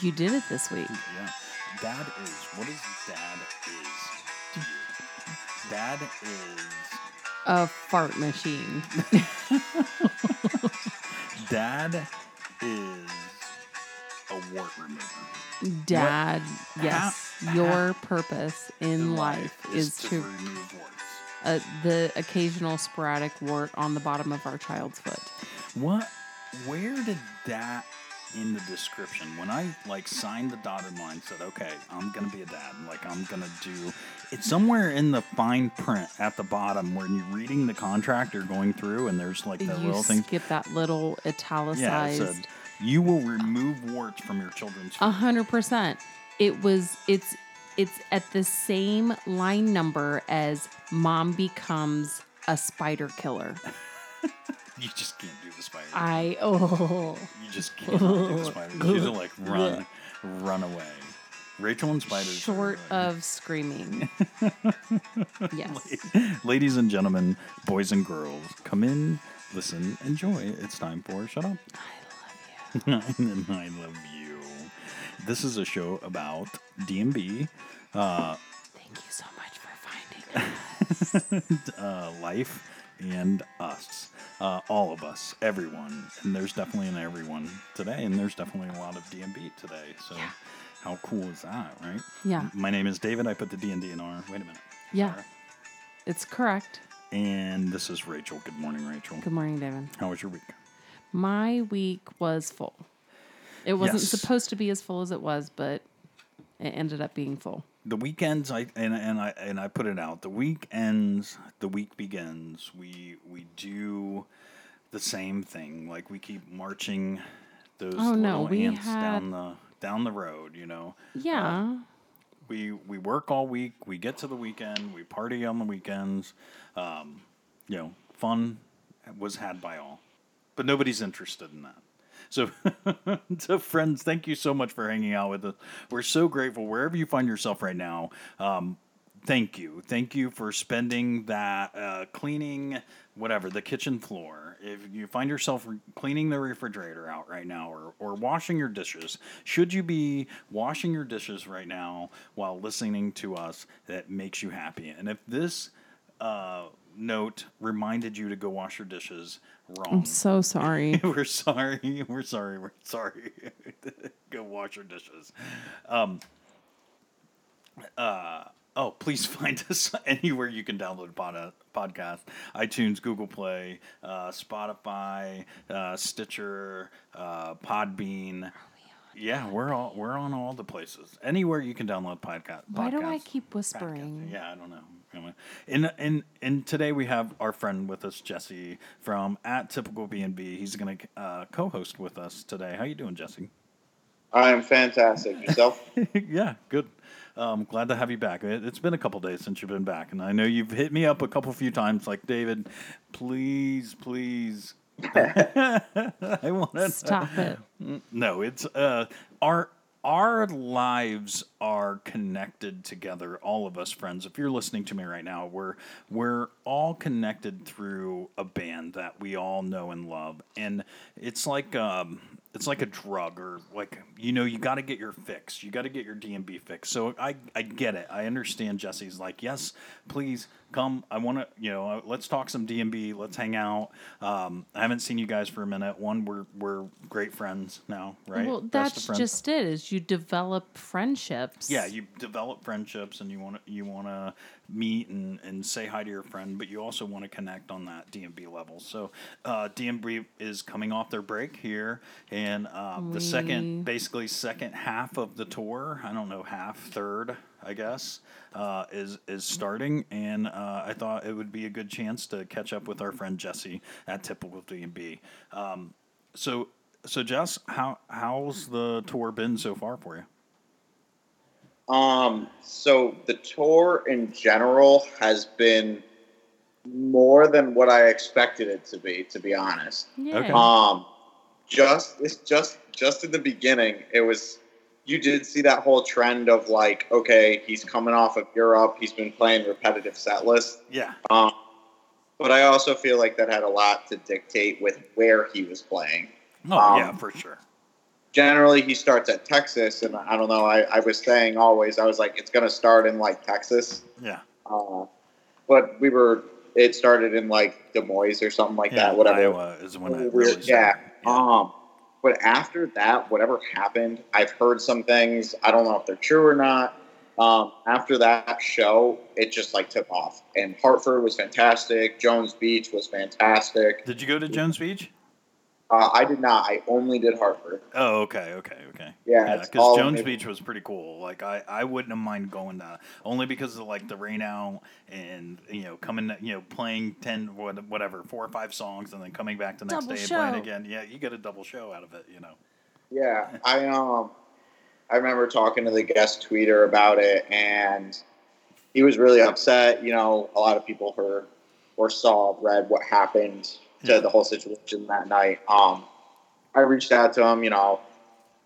You did it this week. Yeah. Dad is. What is dad is? to you? Dad is. A fart machine. Dad is a wart remover. Dad, yes, how- your purpose in life is to remove warts. uh, the occasional sporadic wart on the bottom of our child's foot. What? Where did that in the description? When I like signed the dotted line, said, "Okay, I'm gonna be a dad. Like I'm gonna do." It's somewhere in the fine print at the bottom when you're reading the contract or going through, and there's like that You little thing. skip that little Yeah, it italicized. said, "You will remove warts from your children's." A hundred percent. It was. It's. It's at the same line number as mom becomes a spider killer. You just can't do the spider. I oh you just can't do the spider. You just like run, run away. Rachel and spiders. are short like- of screaming. yes. Ladies and gentlemen, boys and girls, come in, listen, enjoy. It's time for Shut Up. I love you. and I love you. This is a show about DMB, uh, Thank you so much for finding us. uh, life, and us. Uh, all of us, everyone. And there's definitely an everyone today, and there's definitely a lot of DMB today. So, Yeah. how cool is that, right? Yeah. My name is David. I put the D and D in R. Wait a minute. Yeah, it's correct. And this is Rachel. Good morning, Rachel. Good morning, David. How was your week? My week was full. It wasn't Yes. supposed to be as full as it was, but it ended up being full. The weekends, I and, and I and I put it out. The week ends. The week begins. We we do the same thing. Like we keep marching those Oh, no, little we ants had- down the down the road. You know, Yeah. we we work all week. We get to the weekend. We party on the weekends. Um, you know, fun was had by all, but nobody's interested in that. So, so friends, thank you so much for hanging out with us. We're so grateful wherever you find yourself right now. Um, thank you, thank you for spending that uh, cleaning whatever the kitchen floor. If you find yourself re- cleaning the refrigerator out right now, or or washing your dishes, should you be washing your dishes right now while listening to us? That makes you happy. And if this uh, note reminded you to go wash your dishes, wrong. So sorry. We're sorry. We're sorry. We're sorry. Go wash your dishes. Um, uh, oh, please find us anywhere you can download pod- uh, podcast: iTunes, Google Play, uh, Spotify, uh, Stitcher, uh, Podbean. Yeah, we're all we're on all the places. Anywhere you can download podcast. Why do I podcasts. keep whispering? Yeah, I don't know. Anyway. And and and today we have our friend with us, Jesse from at Typical B and B. He's going to uh, co-host with us today. How you doing, Jesse? I am fantastic. Yourself? yeah, good. Um, glad to have you back. It, it's been a couple days since you've been back, and I know you've hit me up a couple few times, like David, please, please. I want to Stop it. No, it's uh, our our lives are connected together. All of us friends. If you're listening to me right now, we're we're all connected through a band that we all know and love, and it's like um, it's like a drug or like you know you got to get your fix. You got to get your DMB fix. So I I get it. I understand. Jesse's like, yes, please come. I want to you know let's talk some DMB. Let's hang out. Um, I haven't seen you guys for a minute. One, we're we're great friends now, right? Well, Best of that's friends. just it. Is you develop friendships. Yeah, you develop friendships and you want to you want to meet and, and say hi to your friend, but you also want to connect on that DMB level. So uh, DMB is coming off their break here, and uh, the second basically second half of the tour. I don't know half third, I guess, uh, is is starting, and uh, I thought it would be a good chance to catch up with our friend Jesse at Typical DMB. Um, so. So Jess, how how's the tour been so far for you? Um, so the tour in general has been more than what I expected it to be, to be honest. Yeah. Okay. Um, just it's just just in the beginning, it was you did see that whole trend of like, okay, he's coming off of Europe, he's been playing repetitive set lists. Yeah, Um, but I also feel like that had a lot to dictate with where he was playing. Oh Um, yeah, for sure. generally he starts at Texas, and I don't know. I, I was saying always, I was like, it's going to start in like Texas, Yeah. uh, but we were. It started in like Des Moines or something like yeah, that. Whatever. Iowa is when it Weird- really yeah. started. Um, but after that, whatever happened, I've heard some things. I don't know if they're true or not. Um, after that show, it just like took off, and Hartford was fantastic. Jones Beach was fantastic. Did you go to Jones Beach? Uh, I did not. I only did Hartford. Oh, okay, okay, okay. Yeah, yeah, it's because all Jones amazing. Beach was pretty cool. Like I, I wouldn't have mind going to only because of like the rain out and you know coming, you know, playing ten what- whatever four or five songs and then coming back the next Double day and show. playing again. Yeah, you get a double show out of it. You know. Yeah, I um, I remember talking to the guest tweeter about it, and he was really upset. You know, a lot of people heard or saw, read what happened to Yeah. the whole situation that night. Um, I reached out to him. You know, if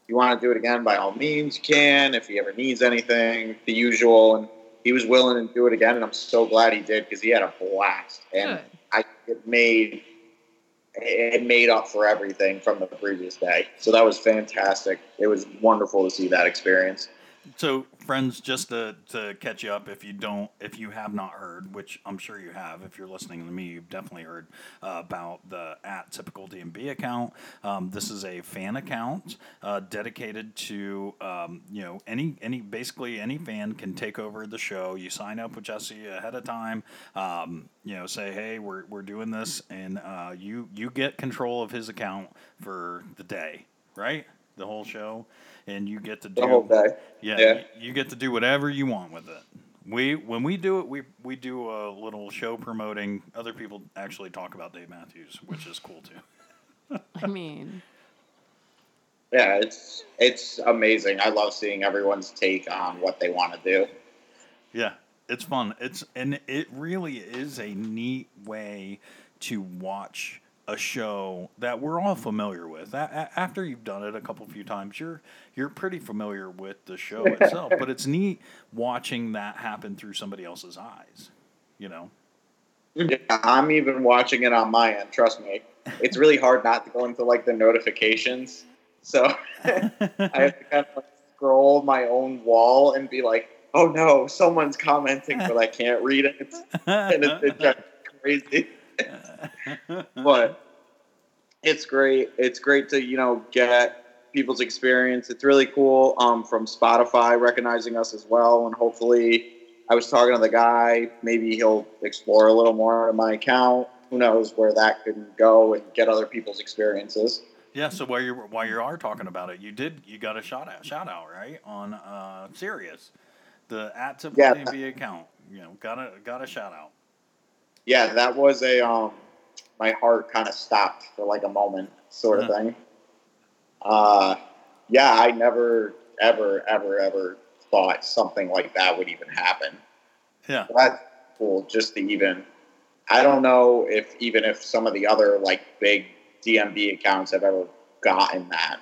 you want to do it again, by all means, you can. If he ever needs anything, the usual, and he was willing to do it again, and I'm so glad he did because he had a blast. And Good. I it made it made up for everything from the previous day. So that was fantastic. It was wonderful to see that experience. So, friends, just to, to catch you up, if you don't, if you have not heard, which I'm sure you have, if you're listening to me, you've definitely heard uh, about the at typical DMB account. Um, this is a fan account uh, dedicated to um, you know any any basically any fan can take over the show. You sign up with Jesse ahead of time. Um, you know, say hey, we're we're doing this, and uh, you you get control of his account for the day, right? The whole show, and you get to do The whole day. yeah, Yeah. y- You, get to do whatever you want with it. We when we do it, we we do a little show promoting. Other people actually talk about Dave Matthews, which is cool too. I mean, Yeah, it's it's amazing. I love seeing everyone's take on what they want to do. Yeah, it's fun. It's and it really is a neat way to watch a show that we're all familiar with. A- a- after you've done it a couple few times, you're you're pretty familiar with the show itself. but it's neat watching that happen through somebody else's eyes. You know. Yeah, I'm even watching it on my end. Trust me, it's really hard not to go into like the notifications. So I have to kind of like scroll my own wall and be like, "Oh no, someone's commenting, but I can't read it." and it, it drives me crazy. but it's great. It's great to you know get people's experience. It's really cool. Um, from Spotify recognizing us as well, and hopefully, I was talking to the guy. Maybe he'll explore a little more on my account. Who knows where that can go and get other people's experiences. Yeah, so while you while you are talking about it, you did you got a shout out shout out right on uh Sirius, the at Temple Yeah. DB account. You know, got a got a shout out. Yeah, that was a um, my heart kind of stopped for like a moment, sort of Yeah. thing. Uh, yeah, I never, ever, ever, ever thought something like that would even happen. Yeah, That's cool, just to even. I don't know if even if some of the other like big DMB accounts have ever gotten that.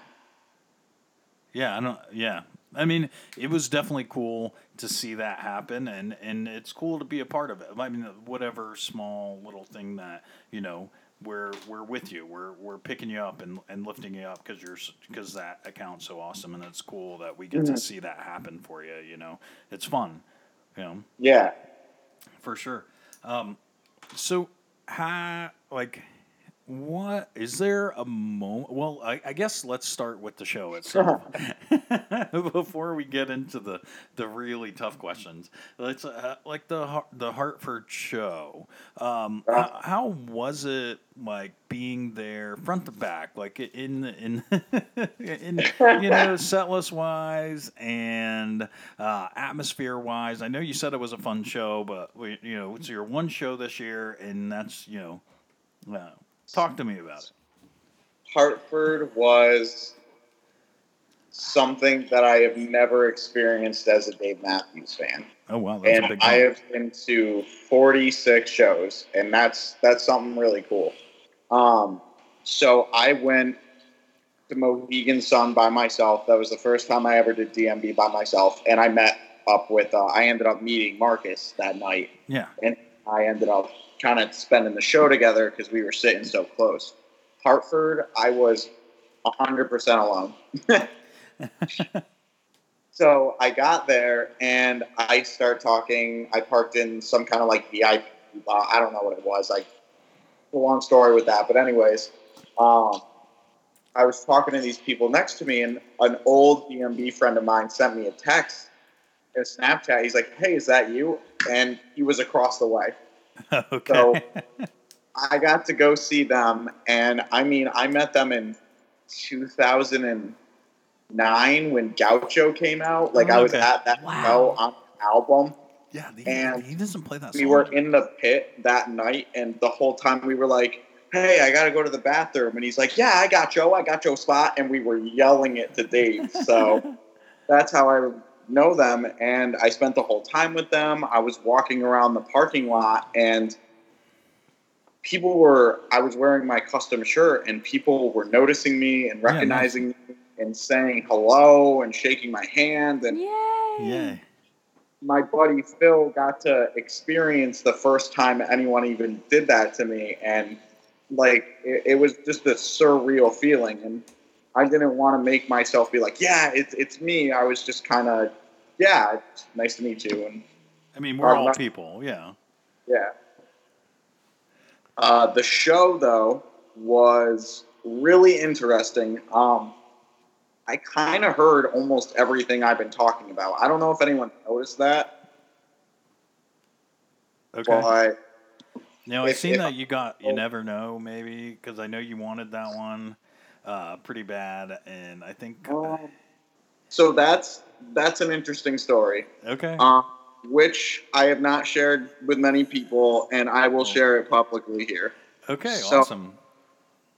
yeah, I don't. Yeah, I mean, it was definitely cool to see that happen, and and it's cool to be a part of it. I mean, whatever small little thing that you know. We're, we're with you. We're, we're picking you up and, and lifting you up because you're because that account's so awesome and it's cool that we get to Mhm. see that happen for you. You know, it's fun. You know, Yeah, for sure. Um, so, how like what is there a moment? Well, I, I guess let's start with the show itself before we get into the the really tough questions. Let's uh, like the Har- the Hartford show. Um, Uh. how, how was it like being there front to back, like in the- in in you know setlist wise and uh, atmosphere wise? I know you said it was a fun show, but we, you know it's your one show this year, and that's you know. Uh, Talk to me about it. Hartford was something that I have never experienced as a Dave Matthews fan. Oh wow, that's a and big. I deal. have been to 46 shows, and that's that's something really cool. Um, so I went to Mohegan Sun by myself. That was the first time I ever did DMB by myself, and I met up with. Uh, I ended up meeting Marcus that night, Yeah, and I ended up kind of spending the show together because we were sitting so close. Hartford, I was hundred percent alone. so I got there and I start talking. I parked in some kind of like VIP. lot. I don't know what it was. Like a long story with that, but anyways, um, I was talking to these people next to me, and an old DMB friend of mine sent me a text, a Snapchat. He's like, "Hey, is that you?" And he was across the way. okay. So I got to go see them, and I mean, I met them in 2009 when Gaucho came out. Like, I was Okay. at that Wow. show on the album. yeah, he, and he doesn't play that. We song. were in the pit that night, and the whole time we were like, Hey, I gotta go to the bathroom. And he's like, Yeah, I got Joe, I got Joe's spot. And we were yelling it to Dave. So that's how I know them. And I spent the whole time with them. I was walking around the parking lot and people were, I was wearing my custom shirt and people were noticing me and nice. recognizing me and saying hello and shaking my hand. And Yay. yeah, my buddy Phil got to experience the first time anyone even did that to me. And like, it, it was just a surreal feeling. And I didn't want to make myself be like, yeah, it's, it's me. I was just kind of, yeah, it's nice to meet you. And I mean we're Oh, all no. people. Yeah. yeah. Uh, the show, though, was really interesting. Um, I kind of heard almost everything I've been talking about. I don't know if anyone noticed that, Okay. but Now I've If- seen if- that you got you oh. never know maybe because I know you wanted that one uh, pretty bad and I think uh, Um, so that's that's an interesting story, okay um, which I have not shared with many people, and I will Cool. share it publicly here. okay so- awesome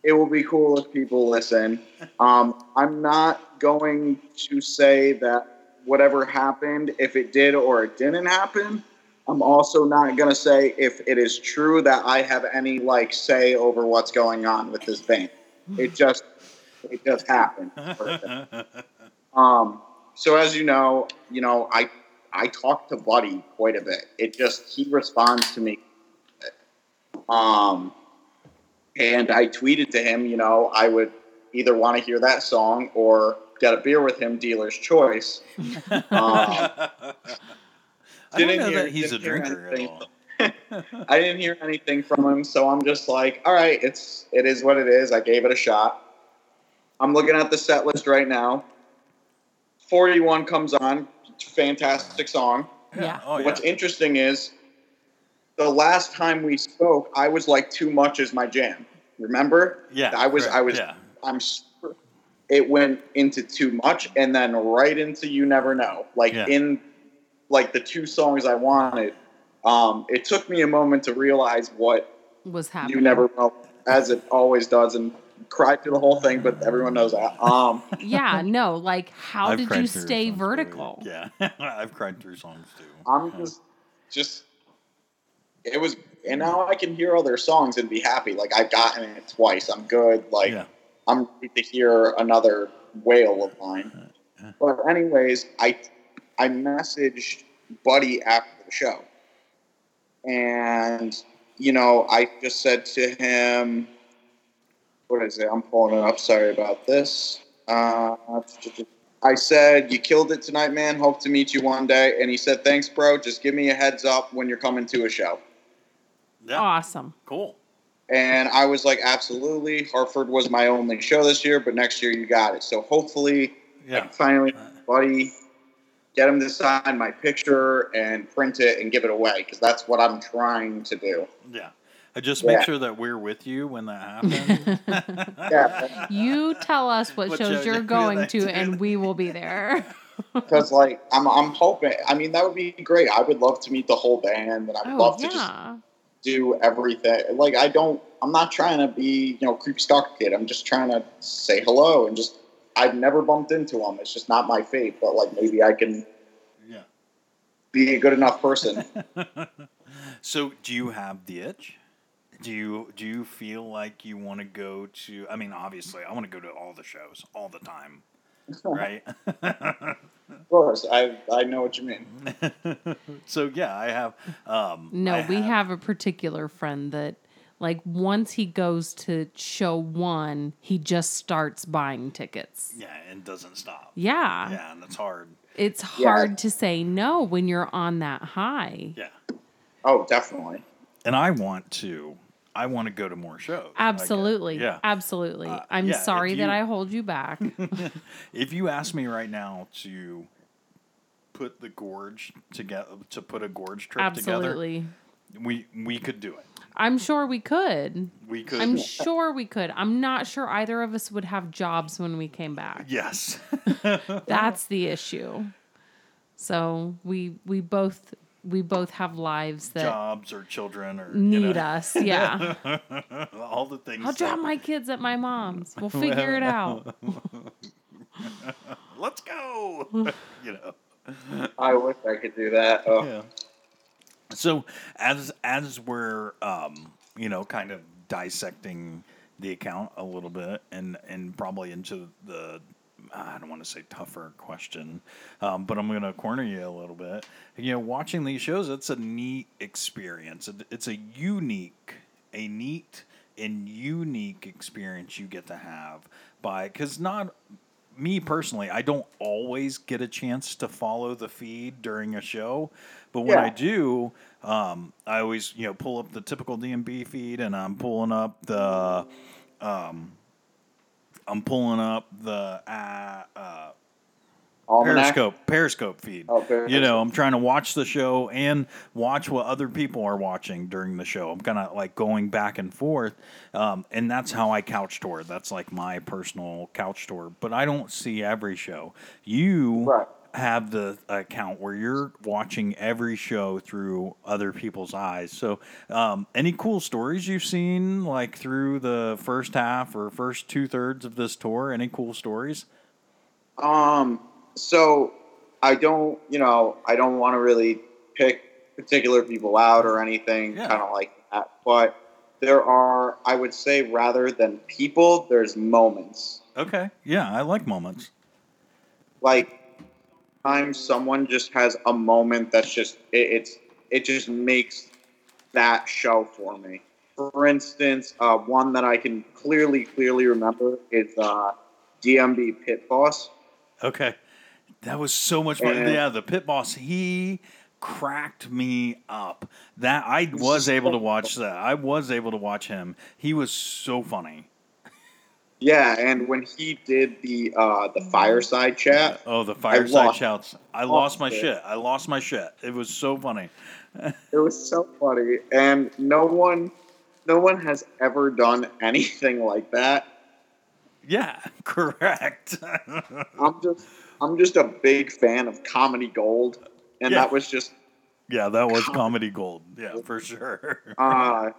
It will be cool if people listen. Um, I'm not going to say that whatever happened, if it did or it didn't happen. I'm also not going to say if it is true that I have any like say over what's going on with this band. It just it just happened. Um, so as you know, you know, I I talk to Buddy quite a bit. It just he responds to me. Um, and I tweeted to him, you know, I would either want to hear that song or get a beer with him, dealer's choice. Um, I don't didn't know hear- that he's a didn't hear drinker at anything. all I didn't hear anything from him, so I'm just like, all right, it's it is what it is. I gave it a shot. I'm looking at the set list right now. 41 comes on, fantastic song. Yeah. oh yeah What's interesting is the last time we spoke, I was like, "Too much is my jam." Remember? yeah I was. I correct, was. yeah I'm. super- It went into too much, and then right into you never know. Like Yeah. in, like the two songs I wanted. Um, it took me a moment to realize what Was happening. you never know, as it always does, and cried through the whole thing. But everyone knows that. Um, Yeah. No. Like, how I've did cried you through stay songs, believe it. vertical? yeah I've cried through songs too I'm Yeah. just, just, it was, and now I can hear all their songs and be happy. Like I've gotten it twice. I'm good. Like yeah I'm ready to hear another wail of mine. But anyways, I, I messaged Buddy after the show, and you know I just said to him, what is it? I'm pulling it up. Sorry about this. Uh, I said, You killed it tonight, man. Hope to meet you one day. And he said, Thanks, bro. Just give me a heads up when you're coming to a show. yeah Awesome. cool And I was like, Absolutely. Hartford was my only show this year, but next year you got it. So hopefully, I yeah can finally, buddy, get him to sign my picture and print it and give it away because that's what I'm trying to do. yeah I just make Yeah. sure that we're with you when that happens Yeah. You tell us what What shows shows you're you're going gonna to, do. and we will be there. Because, like, I'm, I'm hoping, I mean, that would be great. I would love to meet the whole band and I would Oh love to just yeah. do everything. Like I don't. I'm not trying to be you know creep stalker kid. I'm just trying to say hello and just. I've never bumped into him. It's just not my fate. But like maybe I can yeah be a good enough person. So, do you have the itch? Do you do you feel like you want to go to? I mean, obviously, I want to go to all the shows all the time, Uh-huh. right? of course, I I know what you mean. so yeah, I have. Um, No, I we have a particular friend that Like once he goes to show one, he just starts buying tickets. Yeah, and doesn't stop. Yeah. Yeah, and that's hard. It's Yeah. hard to say no when you're on that high. Yeah. Oh, definitely. And I want to I want to go to more shows. I get- Absolutely. Yeah. Uh, Absolutely. I'm yeah, if sorry that you- I hold you back. If you ask me right now to put the gorge together to put a gorge trip Absolutely. together, we we could do it. I'm sure we could. We could I'm sure we could. I'm not sure either of us would have jobs when we came back. Yes. That's the issue. So we we both we both have lives that Jobs or children or need you know, us. Yeah. all the things. I'll drop that- my kids at my mom's. We'll figure it out. Let's go. you know. I wish I could do that. Oh, Yeah. So as as we're um, you know kind of dissecting the account a little bit and and probably into the I don't want to say tougher question, um, but I'm going to corner you a little bit. You know, watching these shows, it's a neat experience. It, it's a unique, a neat and unique experience you get to have by because not me personally, I don't always get a chance to follow the feed during a show, but when Yeah. I do, um, I always you know pull up the typical DMB feed, and I'm pulling up the, um, I'm pulling up the uh, uh, Almanac. Periscope Periscope feed. Oh, Periscope. You know, I'm trying to watch the show and watch what other people are watching during the show. I'm kind of like going back and forth, um, and that's how I couch tour. That's like my personal couch tour. But I don't see every show. You Right. have the account where you're watching every show through other people's eyes. So, um, any cool stories you've seen like through the first half or first two thirds of this tour? Any cool stories? Um, so I don't, you know, I don't want to really pick particular people out or anything, Yeah. kind of like that. But there are, I would say, rather than people, there's moments. Okay. Yeah, I like moments. Like, time someone just has a moment that's just it, it's it just makes that show for me. For instance, uh, one that I can clearly, clearly remember is uh, DMB Pit Boss. Okay. That was so much fun. And- yeah, the pit boss, he cracked me up. That I was able to watch that. I was able to watch him. He was so funny. Yeah, and when he did the uh, the fireside chat, Oh, the fireside lost- shouts. I lost lost my it. shit. I lost my shit. It was so funny. it was so funny, and no one, no one has ever done anything like that. Yeah, correct. I'm just, I'm just a big fan of comedy gold, and Yeah. that was just, yeah, that was comedy gold. Yeah, for sure. uh,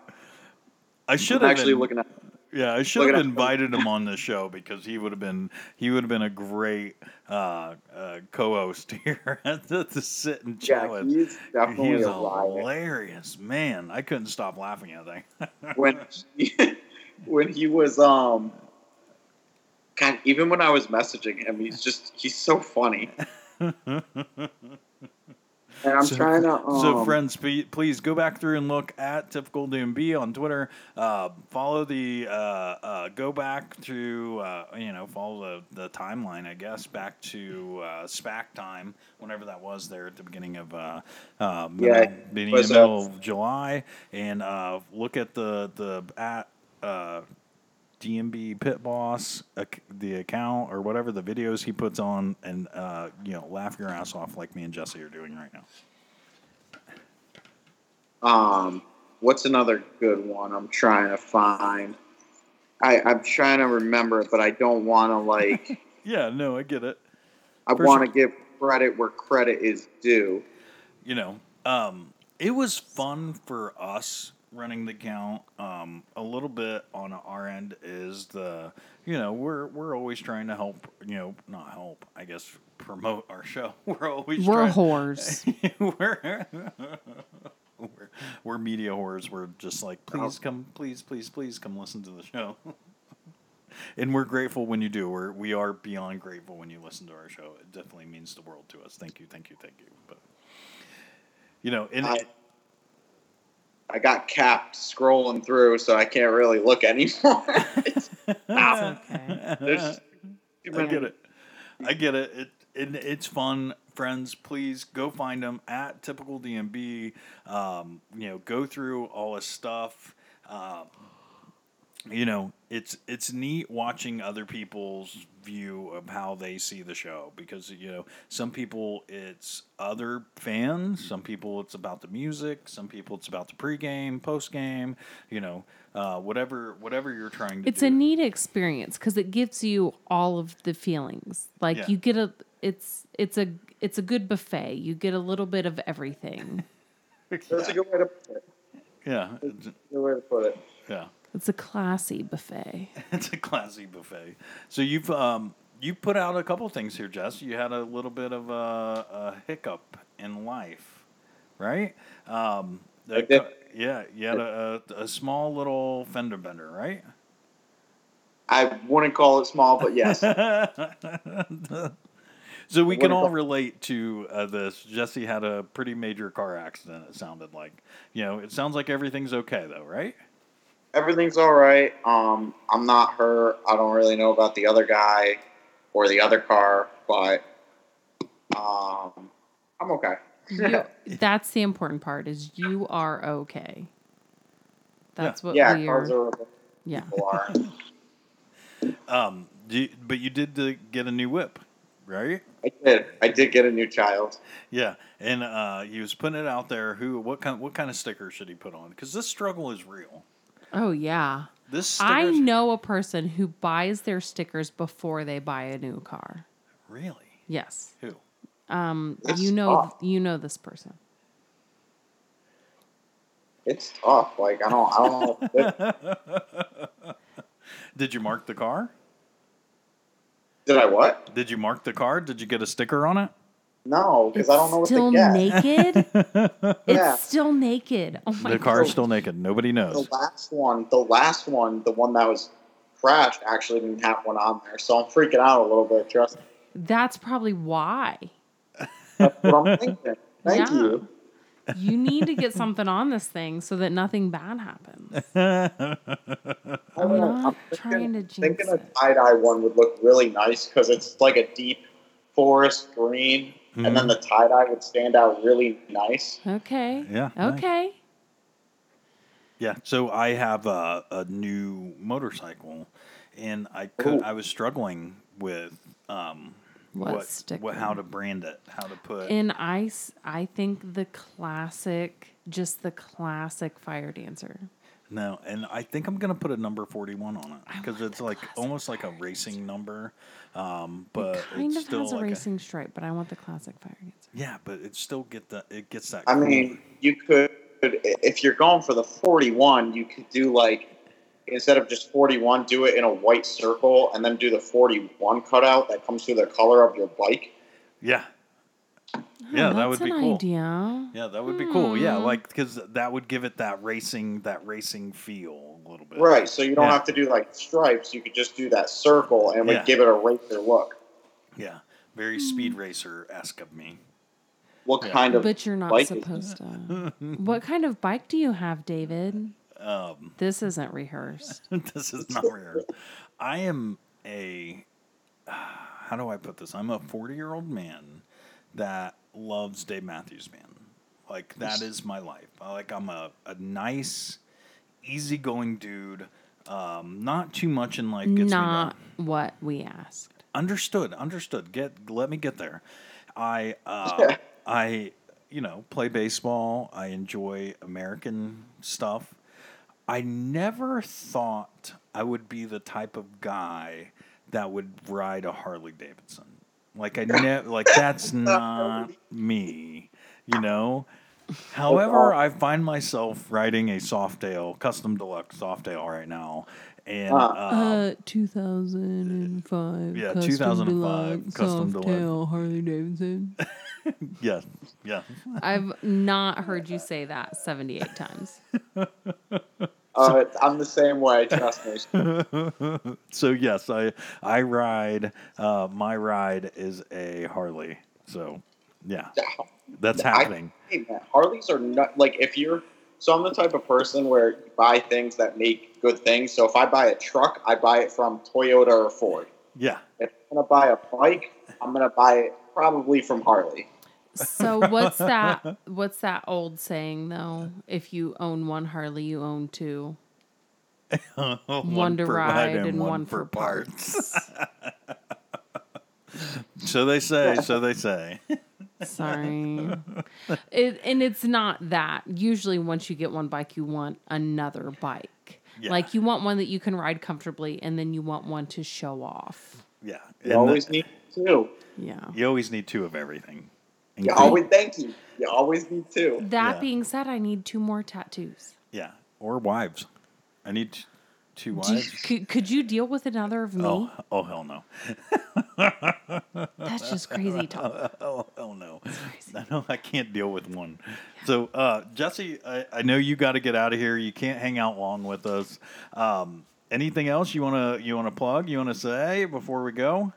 I should I'm have actually been- looking at. Yeah, I should Look have it up. invited him on the show because he would have been he would have been a great uh, uh, co-host here to, to sit and chat Yeah, with. he's definitely He's a riot. hilarious, man. I couldn't stop laughing at that. when he, when he was um God, even when I was messaging him, he's just he's so funny. and I'm So- trying to um, so, friends, pe- please go back through and look at Typical DMB on Twitter. Uh, follow the uh, uh, go back to uh, you know follow the, the timeline, I guess, back to uh, SPAC time, whenever that was there at the beginning of uh, uh, middle, Yeah, beginning was, of, uh, middle of July, and uh, look at the the at. Uh, DMB Pit Boss, ac- the account or whatever the videos he puts on, and uh, you know, laugh your ass off like me and Jesse are doing right now. um what's another good one I'm trying to find. I, I'm trying to remember it, but I don't wanna like Yeah, no, I get it. I For wanna give credit where credit is due. You know, um, it was fun for us running the count. Um, a little bit on our end is the, you know, we're we're always trying to help. You know, not help. I guess promote our show. We're always We're trying, whores. we're, we're we're media whores. We're just like, please come, please, please, please come listen to the show. and we're grateful when you do. We're we are beyond grateful when you listen to our show. It definitely means the world to us. Thank you, thank you, thank you. But you know, and I- it- I got capped scrolling through, so I can't really look anymore. It's- That's okay. there's just too I many- get it. I get it. It, it it's fun, friends. Please go find them at typical DMB. Um, you know, go through all his stuff. Um, you know, it's it's neat watching other people's view of how they see the show because you know some people it's other fans, some people it's about the music, some people it's about the pregame, postgame. You know, uh, whatever whatever you're trying to. It's do. a neat experience because it gives you all of the feelings. Like Yeah. you get a, it's it's a it's a good buffet. You get a little bit of everything. That's a good way to put it. Yeah, it's- Good way to put it. yeah. It's a classy buffet. It's a classy buffet. So you've um, you put out a couple things here, Jess. You had a little bit of a, a hiccup in life, right? Um, I a did. cou- yeah, you had a, a, a small little fender bender, right? I wouldn't call it small, but yes. so we I can wouldn't all call- relate to uh, this. Jesse had a pretty major car accident. It sounded like, you know, it sounds like everything's okay though, right? everything's all right. Um, I'm not hurt. I don't really know about the other guy or the other car, but um, I'm okay. You, that's the important part is you are okay. That's what yeah, we cars are. are what Yeah. people are. Um, do you- but you did uh, get a new whip, right? I did. I did get a new child. Yeah, and uh, he was putting it out there. Who? What kind? What kind of sticker should he put on? Because this struggle is real. Oh yeah. This sticker I know a person who buys their stickers before they buy a new car. really Yes. who? Um, That's you know, tough. you know this person. It's tough. Like I don't. I don't know. Did, Did you mark the car? did I what? Did you mark the car? Did you get a sticker on it? No, because I don't know what still to get. naked. Yeah. It's still naked. Oh my the god. car's still naked. Nobody knows. The Oh, last one, the last one, the one that was crashed, actually didn't have one on there, so I'm freaking out a little bit. Trust me. That's probably why. That's what I'm thinking. Thank Yeah. you. You need to get something on this thing so that nothing bad happens. I I'm don't know. not I'm trying to jinx thinking a it. tie dye one would look really nice because it's like a deep forest green, and then the tie dye would stand out really nice. Okay. Yeah, nice. Okay. Yeah. So I have a, a new motorcycle, and I could, Ooh. I was struggling with um Oh. What what, sticker? what how to brand it, how to put In ice, I think the classic, just the classic fire dancer. No, and I think I'm gonna put a number 41 on it because want it's the like classic almost like a racing number, um, but it kind it's of still has a like a- racing stripe, but I want the classic fire dancer. yeah, but it still get the it gets that. I cool- mean, you could, if you're going for the 41, you could do like, instead of just 41, do it in a white circle and then do the 41 cutout that comes through the color of your bike. yeah, yeah, that would that's be an cool. idea. Yeah, that would be cool. Yeah, Hmm. like because that would give it that racing that racing feel a little bit. Right. So you don't Yeah. have to do like stripes. You could just do that circle and Yeah. would give it a racer look. Yeah, very speed Hmm. racer esque of me. What Yeah. kind of. But you're not bike is- supposed to. what kind of bike do you have, David? Um, This isn't rehearsed. this is not rare. I am a how do I put this? I'm a 40 year old man that loves Dave Matthews Band. Like that is my life. I- Like I'm a, a nice, easygoing dude. Um, not too much in like gets me Not down. what we asked. Understood, understood. Get let me get there. I uh, I you know play baseball. I enjoy American stuff. I never thought I would be the type of guy that would ride a Harley Davidson. Like I never like that's not me, you know. However, I find myself riding a Softail custom deluxe Softail right now, and Ah. um, uh, 2005. yeah, custom 2005 deluxe, custom soft deluxe. tail Harley Davidson. yeah, yeah. I've not heard you say that 78 times. Uh, I'm the same way. Trust me. So yes, I I ride. Uh, my ride is a Harley. So yeah, that's I- happening. Hey man, Harleys are not like if you're So I'm the type of person where you buy things that make good things. So if I buy a truck, I buy it from Toyota or Ford. Yeah. If I'm gonna buy a bike, I'm gonna buy it probably from Harley. So what's that? What's that old saying though? If you own one Harley, you own two. One to for ride and one for parts. So they say, so they say. Sorry. It, and it's not that. Usually, once you get one bike, you want another bike. Yeah. Like, you want one that you can ride comfortably, and then you want one to show off. Yeah. You And always the- need two. Yeah. you always need two of everything. You Including- always thank you. You always need two. That Yeah. being said, I need two more tattoos. Yeah. Or wives. I need t- two Do you- wives. could, could you deal with another of me? Oh, oh hell no. That's just crazy talk. Oh, hell no. crazy. I know I can't deal with one. So, uh, Jesse, I, I know you got to get out of here. You can't hang out long with us. Um, anything else you wanna you wanna plug? You wanna say before we go?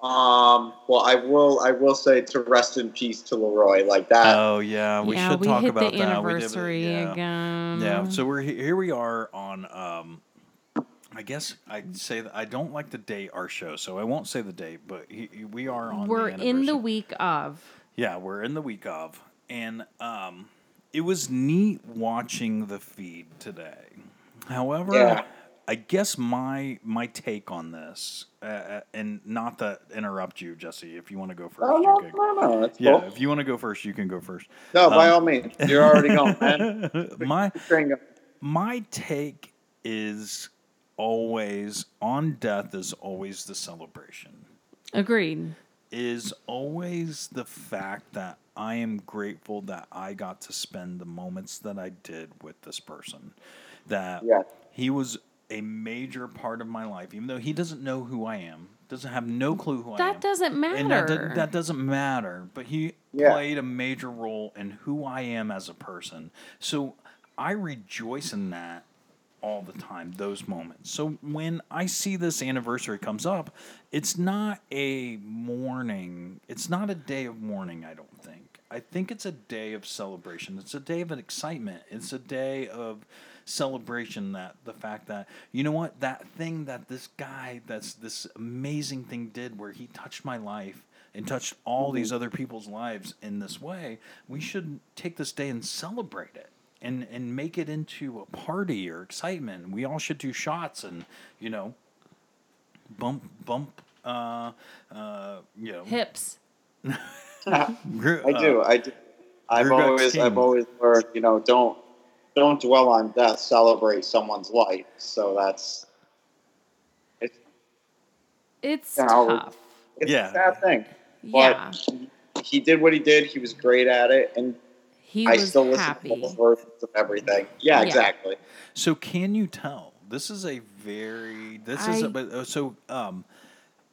Um. Well, I will. I will say to rest in peace to Leroy. Like that. oh yeah, we yeah, should we talk hit about the that. We did- anniversary yeah. again. Yeah, so we're he- here. We are on. Um, I guess I say that I don't like the date our show, so I won't say the date. But he, he- we are on. we're the in the anniversary. week of. Yeah, we're in the week of, and um, it was neat watching the feed today. However, Yeah. I guess my my take on this, uh, uh, and not to interrupt you, Jesse, if you want to go first, No, Oh, no, you can. no, Oh. no. That's Yeah, Um, cool. if you want to go first, you can go first. No, by all means, you're already going, man. my Train going. my take is always on death is always the celebration Agreed. is always the fact that I am grateful that I got to spend the moments that I did with this person. That Yeah. he was a major part of my life, even though he doesn't know who I am, doesn't have no clue who I am. That doesn't matter. And that, do- that doesn't matter, but he Yeah. played a major role in who I am as a person. So I rejoice in that all the time, those moments. So when I see this anniversary comes up, it's not a mourning, it's not a day of mourning, I don't think. I think it's a day of celebration. It's a day of excitement. It's a day of celebration that the fact that you know what that thing that this guy that's this amazing thing did where he touched my life and touched all these other people's lives in this way, we should take this day and celebrate it and and make it into a party or excitement. We all should do shots and you know bump bump uh uh you know Hips. gr- I do. I do. I've Rudolph always, King. I've always learned, you know, don't, don't dwell on death. Celebrate someone's life. So that's, it's, It's Yeah, I'll- tough. it's Yeah. a sad thing. Yeah. But he did what he did. He was great at it, and He I was still listen to happy. all the versions of everything. Yeah, Yeah. exactly. So can you tell? This is a very this is a, I- but, uh, so um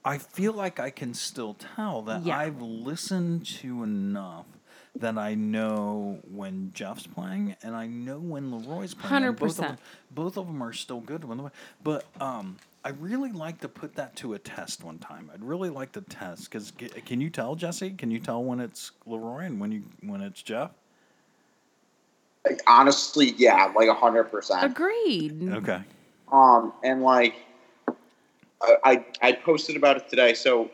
I feel like I can still tell that Yeah. I've listened to enough that I know when Jeff's playing and I know when Leroy's playing. and Both of, 100%. them, both of them are still good. When the- But um, I really like to put that to a test one time. I'd really like to test because can you tell Jesse? Can you tell when it's Leroy and when you when it's Jeff? Like, honestly, yeah, like hundred percent. Agreed. Okay. Um, and like, I, I I posted about it today. So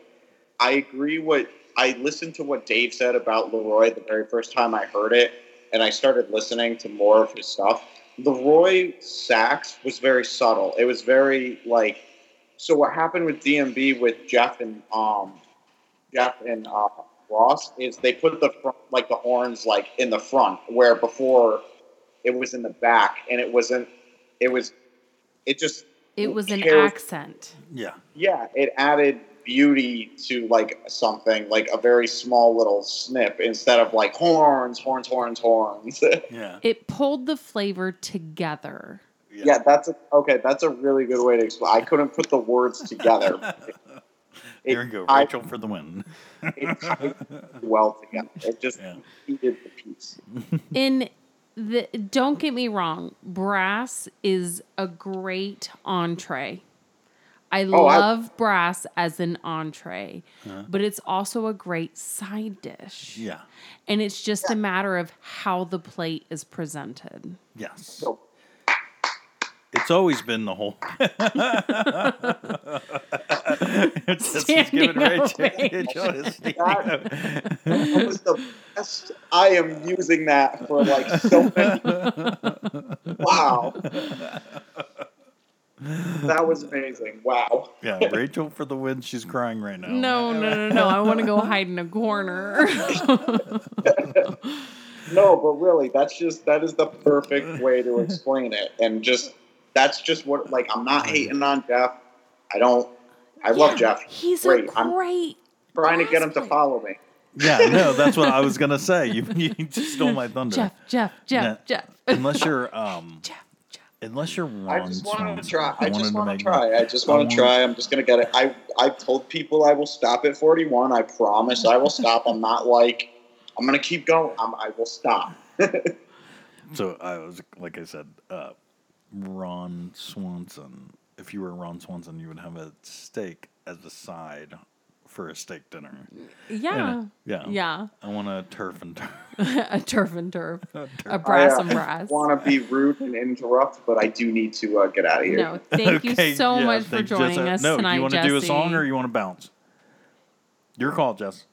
I agree what I listened to what Dave said about Leroy the very first time I heard it, and I started listening to more of his stuff. Leroy Sachs was very subtle. It was very like. So what happened with DMB with Jeff and um, Jeff and uh, Ross is they put the front, like the horns like in the front where before it was in the back and it wasn't. It was. It just It was an Carol- accent. Yeah. yeah, it added beauty to like something like a very small little snip instead of like horns, horns, horns, horns. Yeah. It pulled the flavor together. yeah, that's a, okay. That's a really good way to explain. I couldn't put the words together. It- there you go, I- Rachel for the win. It, it well together. It just Yeah. needed the piece. In the don't get me wrong, brass is a great entree. I Oh, I- love brass as an entree, but it's also a great side dish. Uh-huh. Yeah. And it's just a matter of how the plate is presented. Yes. So It's always been the whole. It's just he's giving Standing Rachel- ovation. Rachel a standing That- ovation. that was the best. I am using that for like so many. wow. That was amazing. Wow. Yeah, Rachel for the win. She's crying right Oh, now. No, no, no, no. I want to go hide in a corner. No, but really, that's just that is the perfect way to explain it, and just that's just what like I'm not hating on Jeff. I don't. I love Yeah, Jeff. He's great. a I'm great. trying to get him to cosplay. follow me. Yeah, no, that's what I was gonna say. You, you just stole my thunder. Jeff, Jeff, Jeff, Yeah. Jeff. Unless you're, um, Jeff, Jeff. unless you're I Ron just wanted to Swanson. try. I just wanted want make to try. I just I want wanted- to try. I'm just gonna get it. I I told people I will stop at 41. I promise I will stop. I'm not like I'm gonna keep going. I'm, I will stop. So I was, like I said, uh, Ron Swanson. If you were Ron Swanson, you would have a steak as a side for a steak dinner. Yeah. Yeah. Yeah. I want a turf and turf. a turf and turf. A I brass and brass. want to be rude and interrupt, but I do need to uh, get out of here. No, thank Okay, you so yeah, much for thank you, joining Jess. us no, tonight, you want to Jesse. do a song or you want to bounce? Your call, Jess.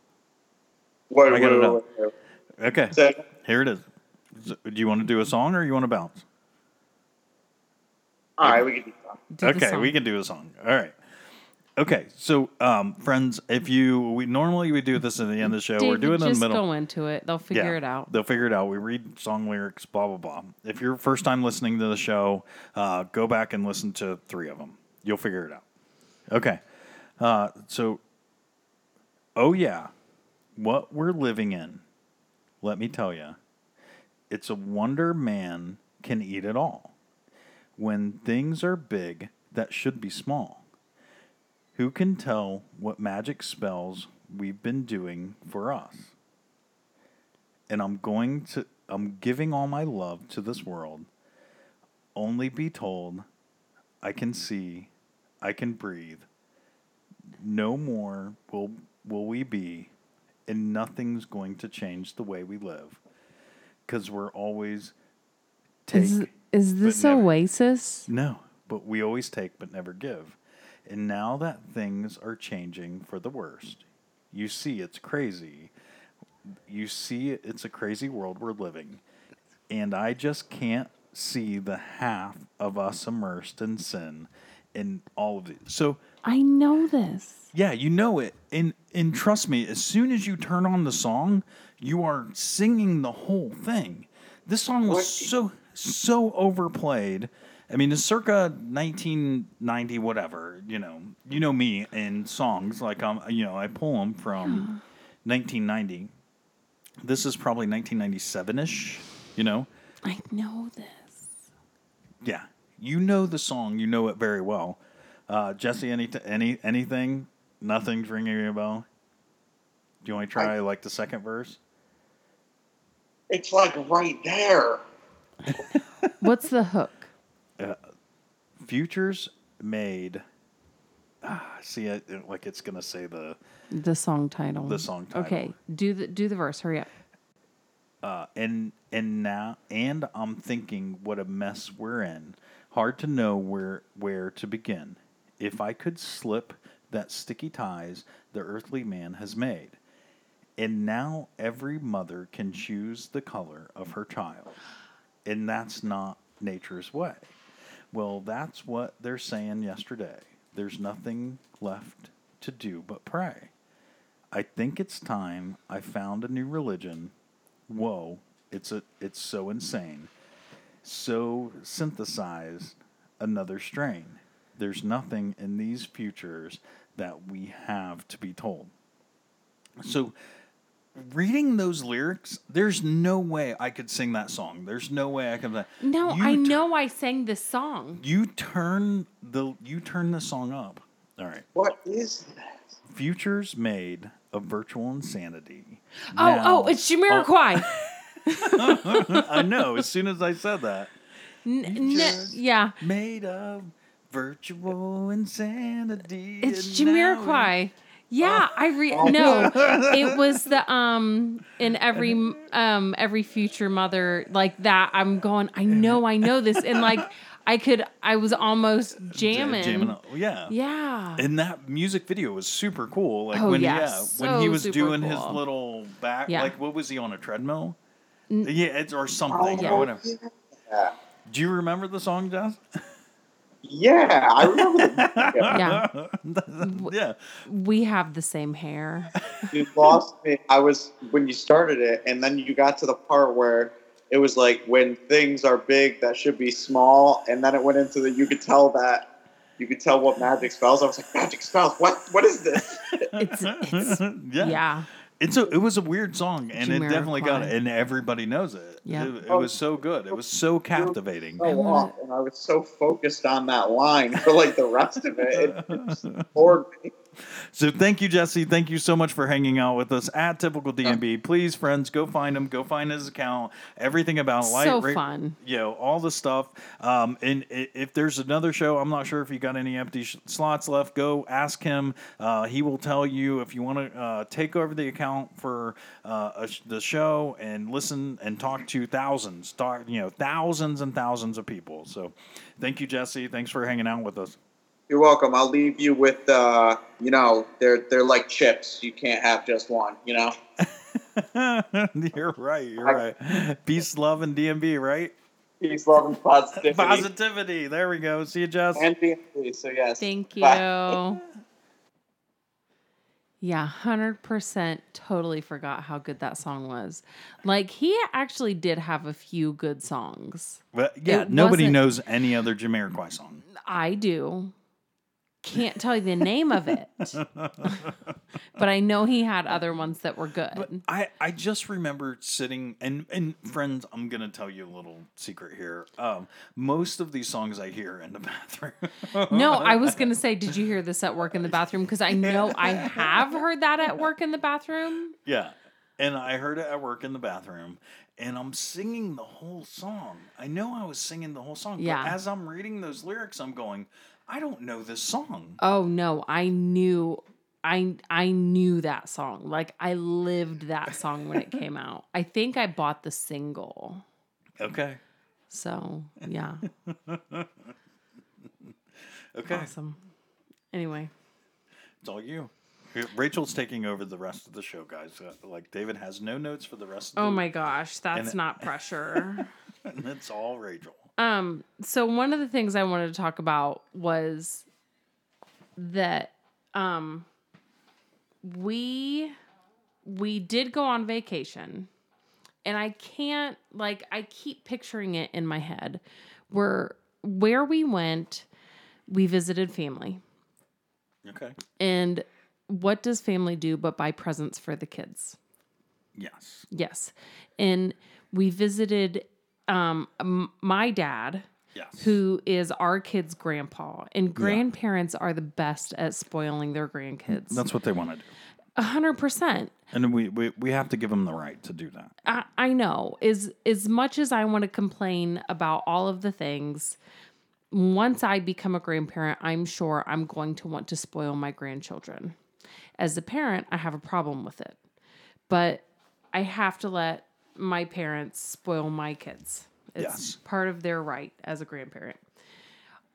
Wait, I got wait, it wait, out. wait, wait. Okay. So, Here it is. So, Do you want to do a song or you want to bounce? all right, we can. do that. Do the okay, song. we can do a song. All right. Okay, so um, friends, if you we normally we do this at the end of the show. Dude, We're doing it in the just middle. go into it. They'll figure it out. They'll figure it out. We read song lyrics, blah blah blah. If you're first time listening to the show, uh, go back and listen to three of them. You'll figure it out. Okay, uh, so oh yeah, what we're living in. Let me tell you, it's a wonder man can eat it all. When things are big that should be small. Who can tell what magic spells we've been doing for us? and I'm going to I'm giving all my love to this world. Only be told I can see, I can breathe. No more will will we be and nothing's going to change the way we live cuz we're always take Is, is this never. Oasis? no, but we always take but never give. And now that things are changing for the worst, you see it's crazy. You see it's a crazy world we're living. And I just can't see the half of us immersed in sin and all of it. So, I know this. yeah, you know it. And and trust me, as soon as you turn on the song, you are singing the whole thing. This song was so so overplayed. I mean, it's circa 1990 whatever, you know. You know me and songs like um you know, I pull them from 1990. This is probably 1997ish, you know. I know this. Yeah, you know the song. You know it very well. Uh, Jesse, any any anything? Nothing's ringing a bell. Do you want to try like the second verse? It's like right there. What's the hook? Futures made. Ah, see, I, like it's gonna say the The song title. The song title. Okay, do the do the verse. Hurry up. uh, and and now and I'm thinking what a mess we're in. Hard to know where where to begin. If I could slip that sticky ties the earthly man has made. And now every mother can choose the color of her child. And that's not nature's way. Well, that's what they're saying yesterday. There's nothing left to do but pray. I think it's time I found a new religion. Whoa, it's a it's so insane. So synthesized another strain. There's nothing in these futures that we have to be told. So reading those lyrics, there's no way I could sing that song. There's no way I could No, You I t- know I sang this song. you turn the you turn the song up. All right. What is that? Futures made of virtual insanity. oh, Now- oh, it's Jamiroquai. I know. As soon as I said that, N- n- Just- yeah, made of Virtual insanity. It's and now Jamiroquai. Oh. Yeah, I re- no. It was the um in every um every future mother like that. I'm going. I know. I know this. And like I could. I was almost it's, uh, jamming. jamming. Yeah. Yeah. And that music video was super cool. Like Oh, when yeah, yeah, when he so was super doing his cool. little back Yeah. like what was he on a treadmill? yeah, it's or something. Oh, yeah. or whatever. Yeah. Do you remember the song, Jess? Yeah, I remember the yeah, yeah. yeah. We have the same hair. you lost me. I was when you started it, and then you got to the part where it was like when things are big that should be small, and then it went into the you could tell that you could tell what magic spells. I was like, magic spells? What? What is this? It's it's yeah. yeah. It's a it was a weird song and it definitely got Jamiroquai. it and everybody knows it. Yeah. It, it was so good. It was so captivating. so wanna- off, and I was so focused on that line for like the rest of it. It, it just bored me. So thank you, Jesse. Thank you so much for hanging out with us at Typical DMB. Please, friends, go find him. Go find his account. Everything about light. So fun. You know all the stuff. Um, and i- if there's another show, I'm not sure if you got any empty sh- slots left. Go ask him. Uh, he will tell you if you want to uh, take over the account for uh, a sh- the show and listen and talk to thousands, talk, you know, thousands and thousands of people. So, thank you, Jesse. Thanks for hanging out with us. You're welcome. I'll leave you with, uh, you know, they're they're like chips. You can't have just one. You know. you're right. You're right. Peace, love, and DMB, right? Peace, love, and positivity. Positivity. There we go. See you, Jess. and DMV, so yes. Thank you. Bye. Yeah, 100% totally forgot how good that song was. Like, he actually did have a few good songs. But yeah, It nobody wasn't- knows any other Jamiroquai song. I do. Can't tell you the name of it, but I know he had other ones that were good. I, I just remember sitting and and friends, I'm gonna tell you a little secret here. Um, most of these songs I hear in the bathroom. oh. No, I was going to say, did you hear this at work in the bathroom? Because I know I have heard that at work in the bathroom. yeah, and I heard it at work in the bathroom, and I'm singing the whole song. I know I was singing the whole song. Yeah. But as I'm reading those lyrics, I'm going, I don't know this song. Oh no, I knew I I knew that song. Like I lived that song when it came out. I think I bought the single. Okay. So, yeah. Okay. Awesome. Anyway, It's all you. Here, Rachel's taking over the rest of the show, guys. Uh, Like David has no notes for the rest of the oh my gosh, that's And- not pressure. and it's all Rachel. um, so one of the things I wanted to talk about was that um we we did go on vacation and I can't like I keep picturing it in my head where where we went we visited family Okay. and what does family do but buy presents for the kids Yes. yes and we visited um m- my dad Yes. who is our kids grandpa and grandparents are the best at spoiling their grandkids That's what they want to do, A 100% and we, we we have to give them the right to do that. I, I know as as much as I want to complain about all of the things. Once I become a grandparent, I'm sure I'm going to want to spoil my grandchildren. As a parent, I have a problem with it, but I have to let my parents spoil my kids. It's Yes. part of their right as a grandparent.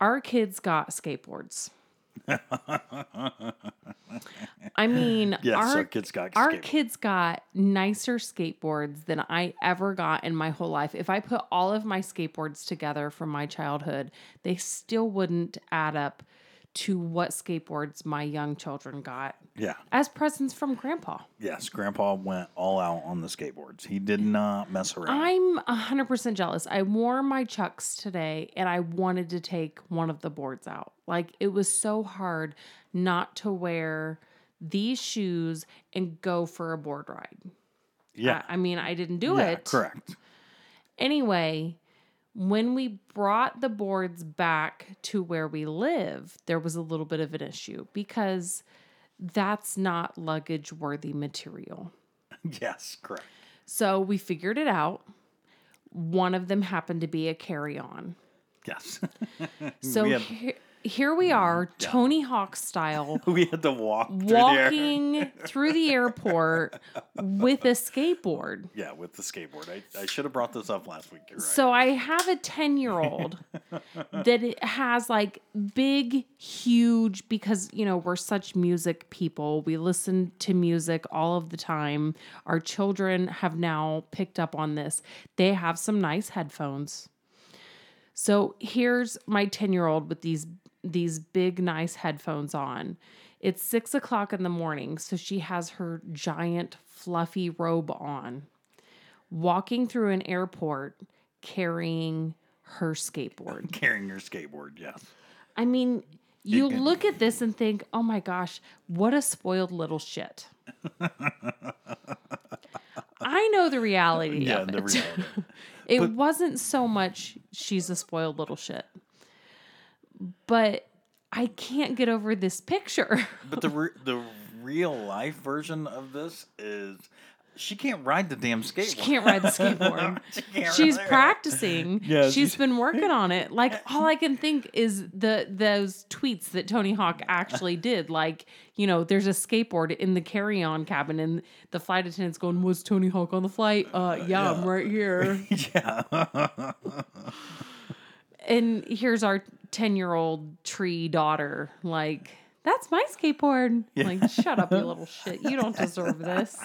Our kids got skateboards. I mean, Yes, our, our kids got our skateboard. kids got nicer skateboards than I ever got in my whole life. If I put all of my skateboards together from my childhood, they still wouldn't add up to what skateboards my young children got Yeah. as presents from grandpa. Yes. Grandpa went all out on the skateboards. He did not mess around. I'm 100% jealous. I wore my chucks today and I wanted to take one of the boards out. Like it was so hard not to wear these shoes and go for a board ride. yeah. I, I mean, I didn't do yeah. it. Correct. Anyway, when we brought the boards back to where we live, there was a little bit of an issue because that's not luggage worthy material. Yes. Correct. So we figured it out. One of them happened to be a carry on. Yes. So Hmm, We have- he- here we are, Tony Hawk style, We had to walk through the air. walking through the airport with a skateboard. Yeah, with the skateboard. I, I should have brought this up last week. You're right. So I have a 10 year old that it has like big, huge, because, you know, we're such music people. We listen to music all of the time. Our children have now picked up on this. They have some nice headphones. So here's my 10 year old with these these big nice headphones on. It's six o'clock in the morning, so she has her giant fluffy robe on, walking through an airport carrying her skateboard. carrying your skateboard. Yeah. I mean, you look at this and think, oh my gosh, what a spoiled little shit. I know the reality Yeah, of the it. reality. It wasn't so much she's a spoiled little shit, but I can't get over this picture. But the re- the real life version of this is she can't ride the damn skateboard. She can't ride the skateboard. She can't she's ride it. practicing. Yeah, she's she's- been working on it. Like all I can think is the those tweets that Tony Hawk actually did. Like you know, there's a skateboard in the carry-on cabin, and the flight attendant's going, "Was Tony Hawk on the flight? Uh, yeah, I'm right here." Yeah. and here's our ten-year-old tree daughter. Like that's my skateboard. Like shut up, you little shit. You don't deserve this.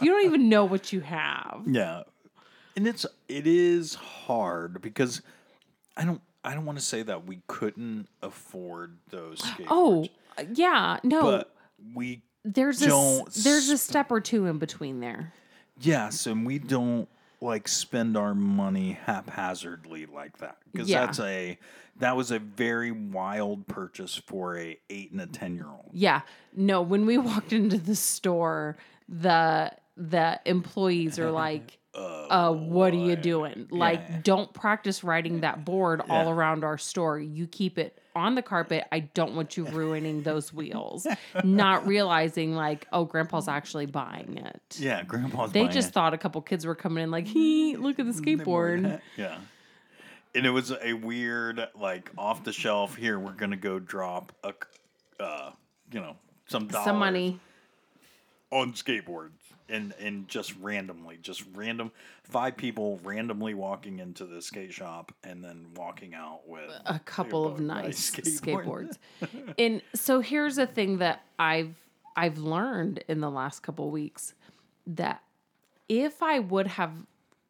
You don't even know what you have. yeah. And it's it is hard because I don't I don't want to say that we couldn't afford those skateboards. Oh, uh, yeah. No, but we there's a don't s- there's a step or two in between there. Yes, and we don't like spend our money haphazardly like that because Yeah. that's a that was a very wild purchase for a eight and a ten year old. Yeah. No, when we walked into the store, the the employees are like, uh, what are you doing? Like, don't practice riding that board all around our store. You keep it on the carpet. I don't want you ruining those wheels. Not realizing like, oh, grandpa's actually buying it. Yeah, grandpa's. They buying just it. thought a couple kids were coming in like, he look at the skateboard. yeah, and it was a weird like off the shelf. Here we're gonna go drop a, c- uh, you know, some dollars Some money. on skateboards and and just randomly just random five people randomly walking into the skate shop and then walking out with a couple of both nice nice skateboards. skateboards. and so here's a thing that I've I've learned in the last couple weeks that if I would have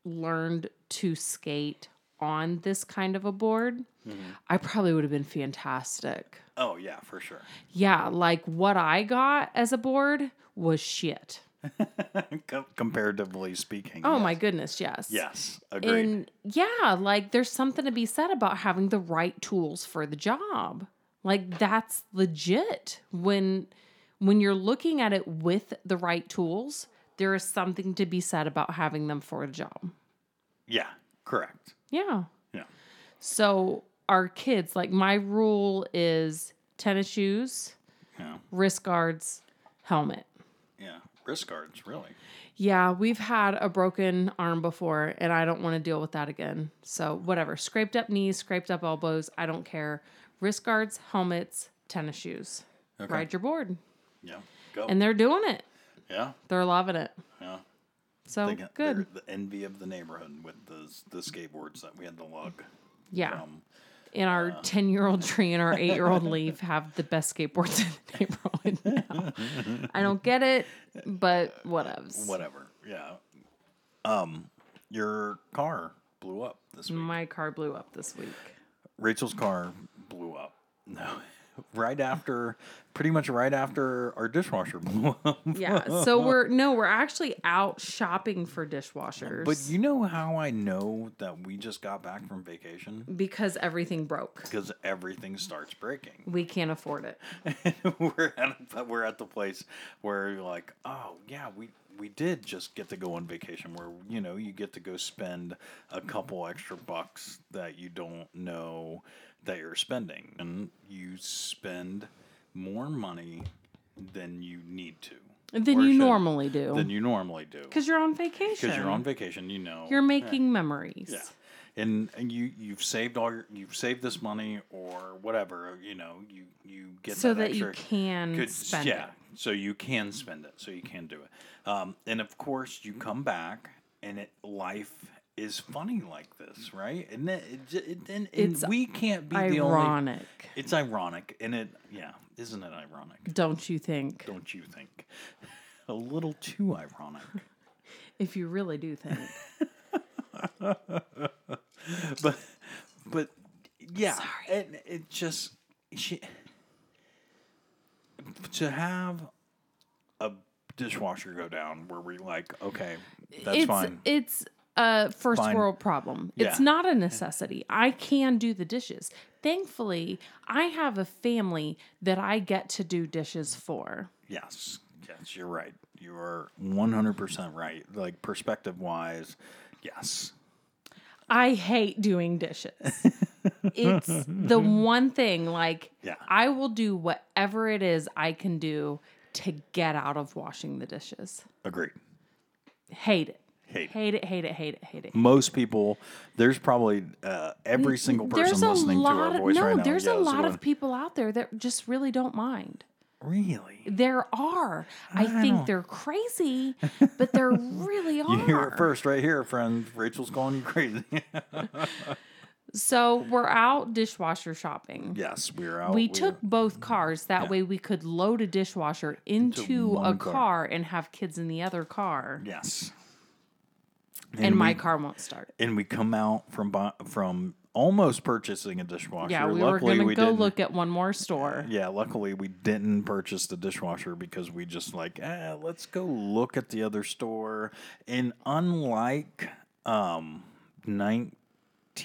learned to skate on this kind of a board, I probably would have been fantastic. oh yeah for sure Yeah, like what I got as a board was shit. Com- comparatively speaking Oh yes. my goodness, yes. yes agreed And yeah, like there's something to be said about having the right tools for the job. Like that's legit when when you're looking at it with the right tools, there is something to be said about having them for a job. yeah correct Yeah. yeah So our kids, like my rule is tennis shoes, yeah wrist guards, helmet. yeah wrist guards really Yeah, we've had a broken arm before, and I don't want to deal with that again. So, whatever. Scraped up knees, scraped up elbows, I don't care. Wrist guards, helmets, tennis shoes. Ride your board. yeah go And they're doing it, yeah they're loving it. yeah So, They got- Oh, good. they're the envy of the neighborhood with the the skateboards that we had to lug yeah. um In our 10 year old tree and our eight year old leaf have the best skateboards in the neighborhood now. I don't get it, but whatevs. whatever yeah um your car blew up this week My car blew up this week. Rachel's car blew up. No. Right after, pretty much right after our dishwasher blew up. Yeah. So, we're no, we're actually out shopping for dishwashers. But you know how I know that we just got back from vacation? because everything broke. Because everything starts breaking. We can't afford it. we're at a, we're at the place where you're like, oh yeah, we we did just get to go on vacation. Where you know you get to go spend a couple extra bucks that you don't know that you're spending, and you spend more money than you need to. Than or you should- normally do. Than you normally do. Because you're on vacation. Because you're on vacation, you know. You're making memories. Yeah. and, and you you've saved all your you've saved this money or whatever you know you you get so that, that you extra- can could- Mm, spend yeah, it. so you can spend it, so you can do it. Um, and of course, you come back, and it, life is funny like this, right? And it, it, j- it, and, and It's we can't be the only. Ironic, It's ironic, and it yeah, isn't it ironic? don't you think? Don't you think? A little too ironic, If you really do think. but but yeah, and it just she to have a dishwasher go down where we're like, okay, that's it's fine. it's a first Fine. world problem. It's Yeah. not a necessity. I can do the dishes. Thankfully, I have a family that I get to do dishes for. Yes. Yes, you're right. You are 100% right. Like perspective wise, yes. I hate doing dishes. it's the one thing like Yeah. I will do whatever it is I can do to get out of washing the dishes. Agreed. Hate it. Hate. Hate it, hate it, hate it, hate it. Most people, there's probably uh, every single person There's a listening to lot our of voice no, right now. there's yeah, a is lot going, of people out there that just really don't mind. Really? There are. I, think they're crazy, but there really You hear are. it first right here, friend. Rachel's calling you crazy. So we're out dishwasher shopping. yes, we're out. We were- took both cars. That way we could load a dishwasher into a one car. car. and have kids in the other car. Yes. and my car won't start. And we come out from bu- from almost purchasing a dishwasher. Yeah, we were Luckily, going to we go didn't. look at one more store. Yeah, luckily we didn't purchase the dishwasher because we just like, eh, let's go look at the other store. And unlike um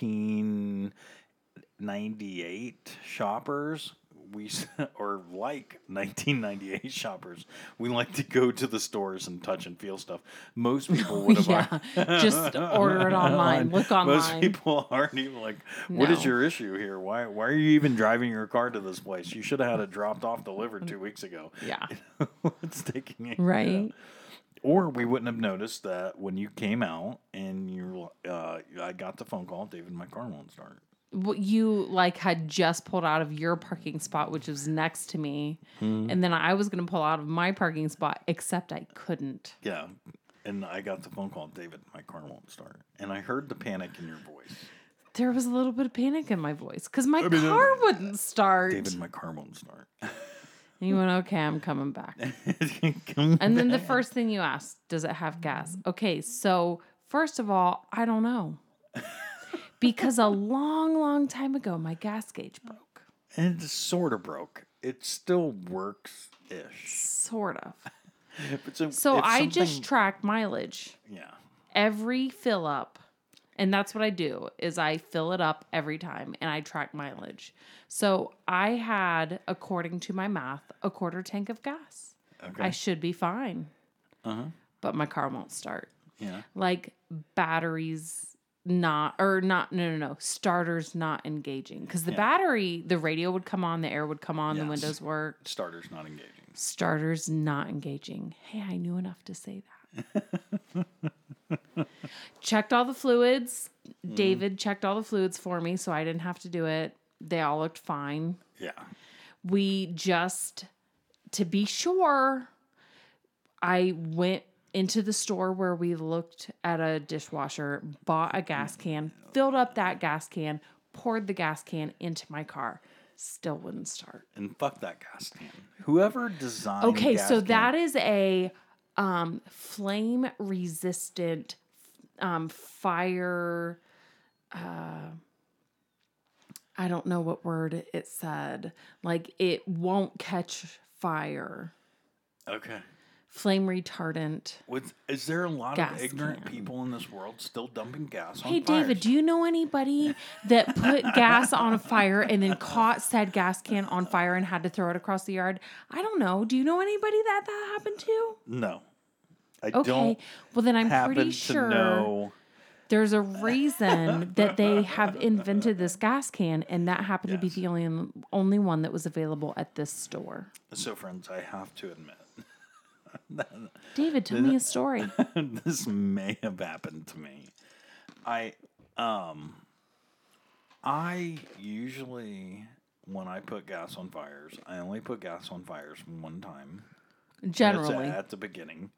1998 shoppers, we s- or like 1998 shoppers, we like to go to the stores and touch and feel stuff. Most people would have Yeah, just order it online. Look Most online. people aren't even like, what is No. your issue here? Why why are you even driving your car to this place? You should have had it dropped off delivered two weeks ago. yeah, What's taking it? right. Or we wouldn't have noticed that when you came out and you, uh, I got the phone call, David, my car won't start. What you like had just pulled out of your parking spot, which was next to me, Hmm. and then I was going to pull out of my parking spot, except I couldn't. Yeah. And I got the phone call, David, my car won't start. And I heard the panic in your voice. There was a little bit of panic in my voice because my mean, car wouldn't start. David, my car won't start. And you went, okay, I'm coming back. Come And then the back. first thing you asked, does it have Hmm. gas? Okay, so first of all, I don't know. Because a long, long time ago, my gas gauge broke. And it sort of broke. It still works ish. Sort of. But so So if I just something- track mileage yeah. every fill up. And that's what I do is I fill it up every time and I track mileage. So I had, according to my math, a quarter tank of gas. Okay. I should be fine. Uh-huh. But my car won't start. yeah. like batteries not or not no no no starters not engaging because the battery the radio would come on the air would come on the Yes. windows worked Starter's not engaging. starters not engaging hey i knew enough to say that checked all the fluids david checked all the fluids for me so i didn't have to do it they all looked fine Yeah. we just to be sure i went into the store where we looked at a dishwasher bought a gas can filled up that gas can poured the gas can into my car still wouldn't start And fuck that gas can. Whoever designed okay gas so can- that is a um, flame resistant um, fire uh, i don't know what word it said like it won't catch fire Okay. flame retardant. With is there a lot Gas of ignorant can. people in this world still dumping gas on Hey David, fires? do you know anybody that put gas on a fire and then caught said gas can on fire and had to throw it across the yard? I don't know. Do you know anybody that that happened to? No. I Okay. don't well, then I'm happen pretty to sure know. there's a reason that they have invented this gas can and that happened to be the only only one that was available at this store. So friends, I have to admit, David, tell me a story. this may have happened to me. I um I usually, when I put gas on fires, I only put gas on fires one time. and it's Generally, at the beginning.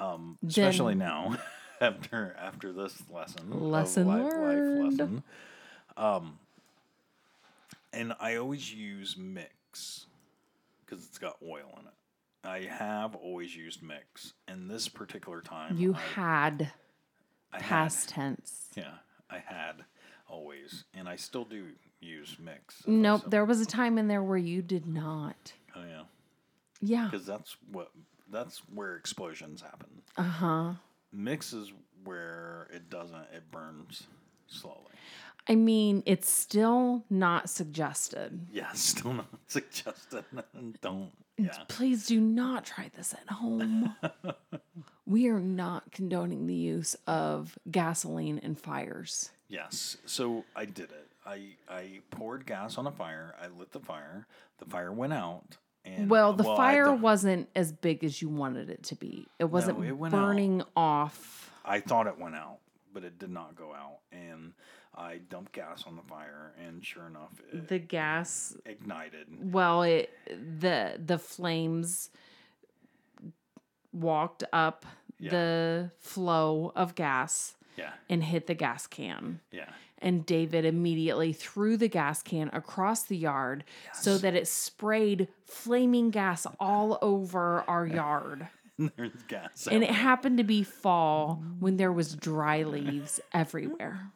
Um, especially now, after after this lesson, of Lesson life, learned. life lesson. Um, and I always use mix because it's got oil in it. I have always used mix, and this particular time you I, had I had- past tense. yeah, I had always, and I still do use mix. if I Nope, still- there was a time in there where you did not. Oh yeah, Yeah. because that's what that's where explosions happen. Uh huh. Mix is where it doesn't; it burns slowly. I mean, it's still not suggested. Yeah, still not suggested. Don't. Yeah, Please do not try this at home. we are not condoning the use of gasoline and fires. yes. So I did it. I I poured gas on a fire. I lit the fire. The fire went out. And Well, the I fire th- wasn't as big as you wanted it to be. It wasn't it went out. burning off. I thought it went out, but it did not go out. And I dumped gas on the fire, and sure enough, it The gas, ignited. well, it the the flames walked up Yeah. the flow of gas Yeah, and hit the gas can. yeah. And David immediately threw the gas can across the yard so that it sprayed flaming gas all over our yard. And there's gas. And it out. happened to be fall when there was dry leaves everywhere.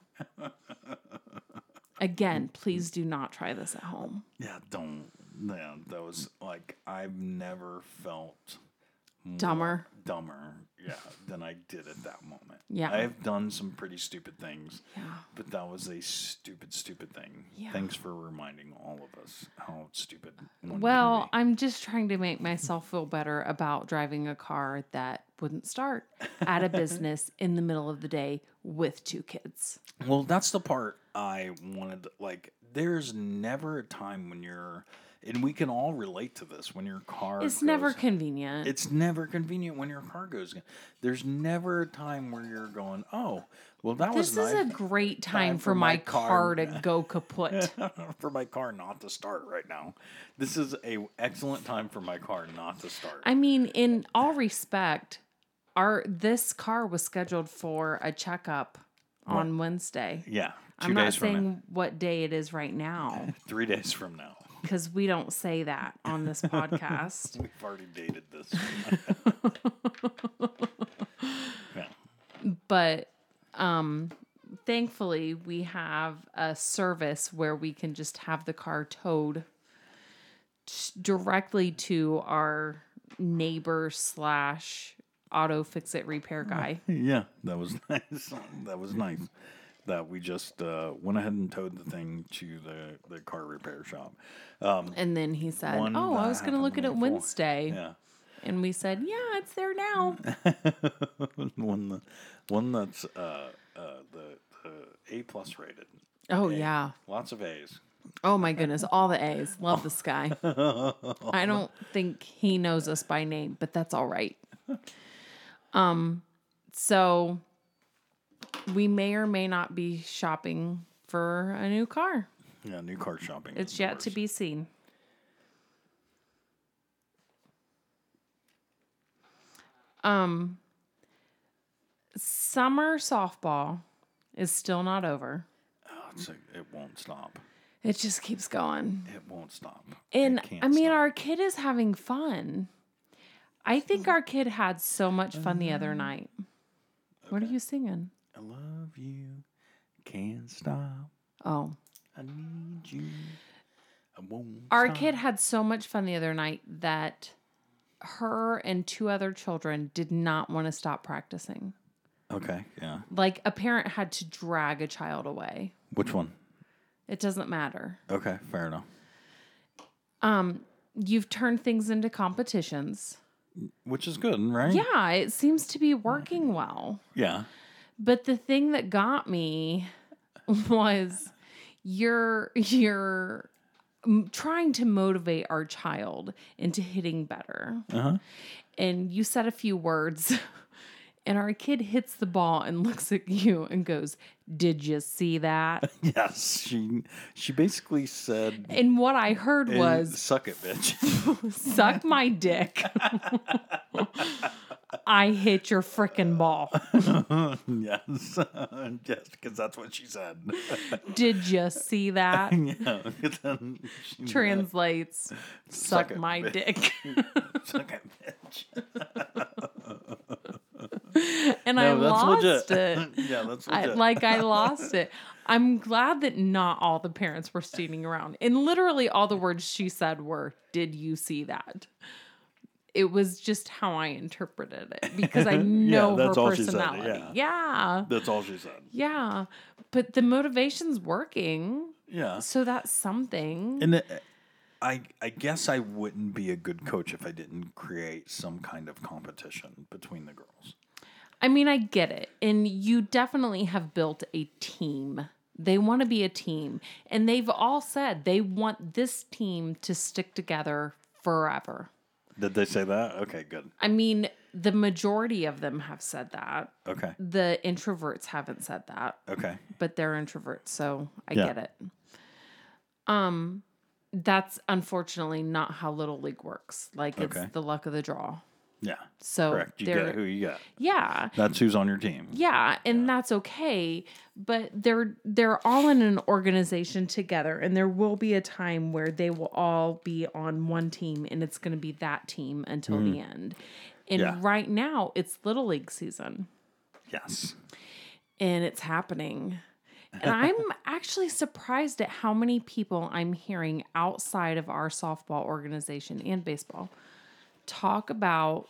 Again, please do not try this at home. yeah, don't. Yeah, that was like I've never felt Dumber. dumber. Yeah, than I did at that moment. Yeah. I have done some pretty stupid things, Yeah. but that was a stupid, stupid thing. Yeah. Thanks for reminding all of us how stupid. One Well, can be. I'm just trying to make myself feel better about driving a car that wouldn't start at a business in the middle of the day with two kids. Well, that's the part I wanted. Like, there's never a time when you're, and we can all relate to this. When your car, It's never goes- convenient. it's never convenient when your car goes. There's never a time where you're going, oh, well, that this was is a nice great time for for my my car- car to go kaput. for my car not to start right now. This is a excellent time for my car not to start. I mean, in all respect, our this car was scheduled for a checkup on Wednesday. yeah, 2 I'm not days from now, saying what day it is right now three days from now. because we don't say that on this podcast. We've already dated this. yeah. but um thankfully we have a service where we can just have the car towed s- directly to our neighbor slash auto fix it repair guy Yeah, that was nice. That was nice. That we just uh, went ahead and towed the thing to the, the car repair shop. Um, and then he said One oh i that was going to happened look at it before." wednesday yeah. and we said yeah it's there now one, that, one that's uh, uh, the, the A plus rated. oh yeah Lots of A's. oh my goodness all the a's love this guy i don't think he knows us by name but that's all right um so we may or may not be shopping for a new car Yeah, new car shopping. is it's the yet to worst. be seen um summer softball is still not over Oh, it's like- it won't stop. it just keeps going It won't stop. It And can't I mean, stop. our kid is having fun. I think our kid had so much fun the other night. What are you singing? I love you. Can't stop. Oh, I need you. I won't. our stop. kid had so much fun the other night that her and two other children did not want to stop practicing. Okay. Yeah. Like a parent had to drag a child away. Which one? It doesn't matter. Okay. Fair enough. Um, you've turned things into competitions. Which is good, right? Yeah, it seems to be working well. Yeah. But the thing that got me was you're you're m- trying to motivate our child into hitting better. Uh huh. And you said a few words and our kid hits the ball and looks at you and goes, "Did you see that?" Yes, she she basically said, And what I heard "Eh, was, suck it, bitch." "Suck my dick." I hit your frickin' ball. yes, yes, because that's what she said. Did you see that? yeah, Then she- Translates, suck, it, my bitch." dick. suck it, bitch. and I No, lost that's it. legit. yeah, that's I, legit. like I lost it. I'm glad that not all the parents were standing around. And literally all the words she said were, "Did you see that?" It was just how I interpreted it because I know that's her all she said, personality. yeah. that's all she said. Yeah. But the motivation's working. Yeah, So that's something. and it, I I guess I wouldn't be a good coach if I didn't create some kind of competition between the girls. I mean, I get it. And you definitely have built a team. They want to be a team. And they've all said they want this team to stick together forever. Did they say that? Okay, good. I mean, the majority of them have said that. Okay, The introverts haven't said that, okay. but they're introverts. So I Yeah. get it. Um, that's unfortunately not how Little League works. Like, Okay. it's the luck of the draw. Yeah, So correct. You they're- get who you got. yeah. That's who's on your team. Yeah, and that's okay, but they're they're all in an organization together and there will be a time where they will all be on one team and it's going to be that team until the end. And Mm. Yeah. right now it's little league season Yes. and it's happening. And I'm actually surprised at how many people I'm hearing outside of our softball organization and baseball talk about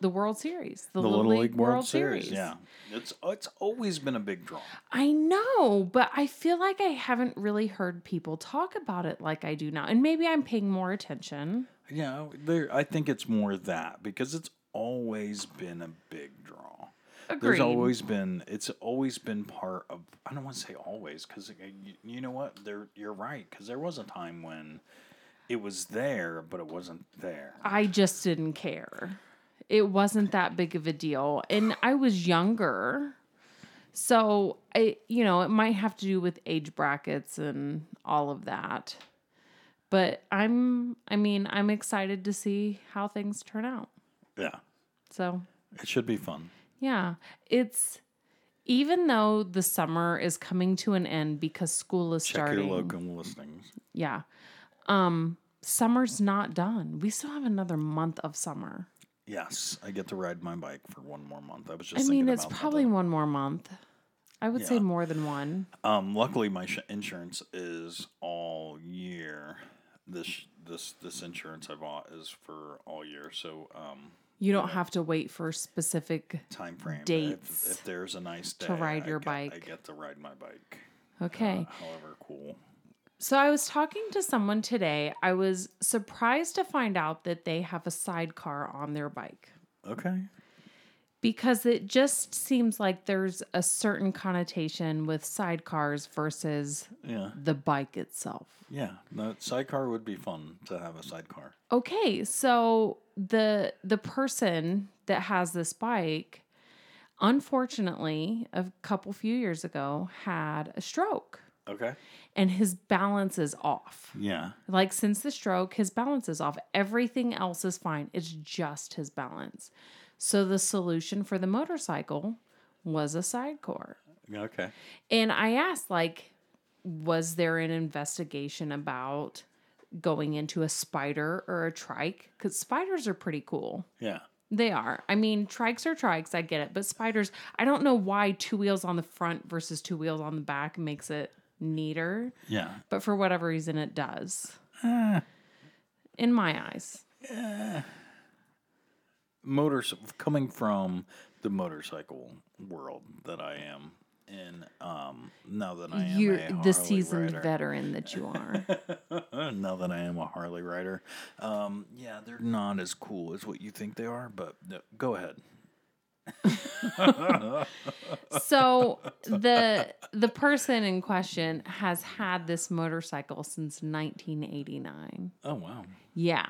the World Series, the, The Little League, World, Series. Yeah. It's it's always been a big draw. I know, but I feel like I haven't really heard people talk about it like I do now. And maybe I'm paying more attention. Yeah, there I think it's more that because it's always been a big draw. Agreed. There's always been it's always been part of I don't want to say always cuz you, you know what? There you're right cuz there was a time when it was there but it wasn't there. I just didn't care. It wasn't that big of a deal. And I was younger. So, I, you know, it might have to do with age brackets and all of that. But I'm, I mean, I'm excited to see how things turn out. Yeah. So, It should be fun. Yeah. It's even though the summer is coming to an end because school is Check starting. your local listings. Yeah. Um summer's not done. We still have another month of summer. Yes, I get to ride my bike for one more month. I was just I thinking mean, it's about that probably one more month. I would say Yeah. more than one. Um, luckily, my sh- insurance is all year. This this this insurance I bought is for all year, so um, You don't have to wait for specific. time frame. Dates If, if there's a nice day ride I your get- I bike. get to ride my bike. Okay. Uh, however, cool. So I was talking to someone today. I was surprised to find out that they have a sidecar on their bike. Okay. because it just seems like there's a certain connotation with sidecars versus Yeah. the bike itself. Yeah. No, sidecar would be fun to have a sidecar. Okay, so the the person that has this bike unfortunately a couple few years ago had a stroke Okay. and his balance is off. Yeah. Like since the stroke, his balance is off. Everything else is fine. It's just his balance. So the solution for the motorcycle was a sidecar. Okay. And I asked, like, was there an investigation about going into a spider or a trike? Because spiders are pretty cool. Yeah. They are. I mean, trikes are trikes. I get it. But spiders, I don't know why two wheels on the front versus two wheels on the back makes it neater. Yeah. But for whatever reason, it does. Ah. In my eyes. motors coming from the motorcycle world that I am in. Um, now that I am You're a Harley the seasoned rider, veteran that you are. now that I am a Harley rider, um, yeah, they're not as cool as what you think they are. But no, go ahead. so the the person in question has had this motorcycle since 1989. Oh wow, Yeah.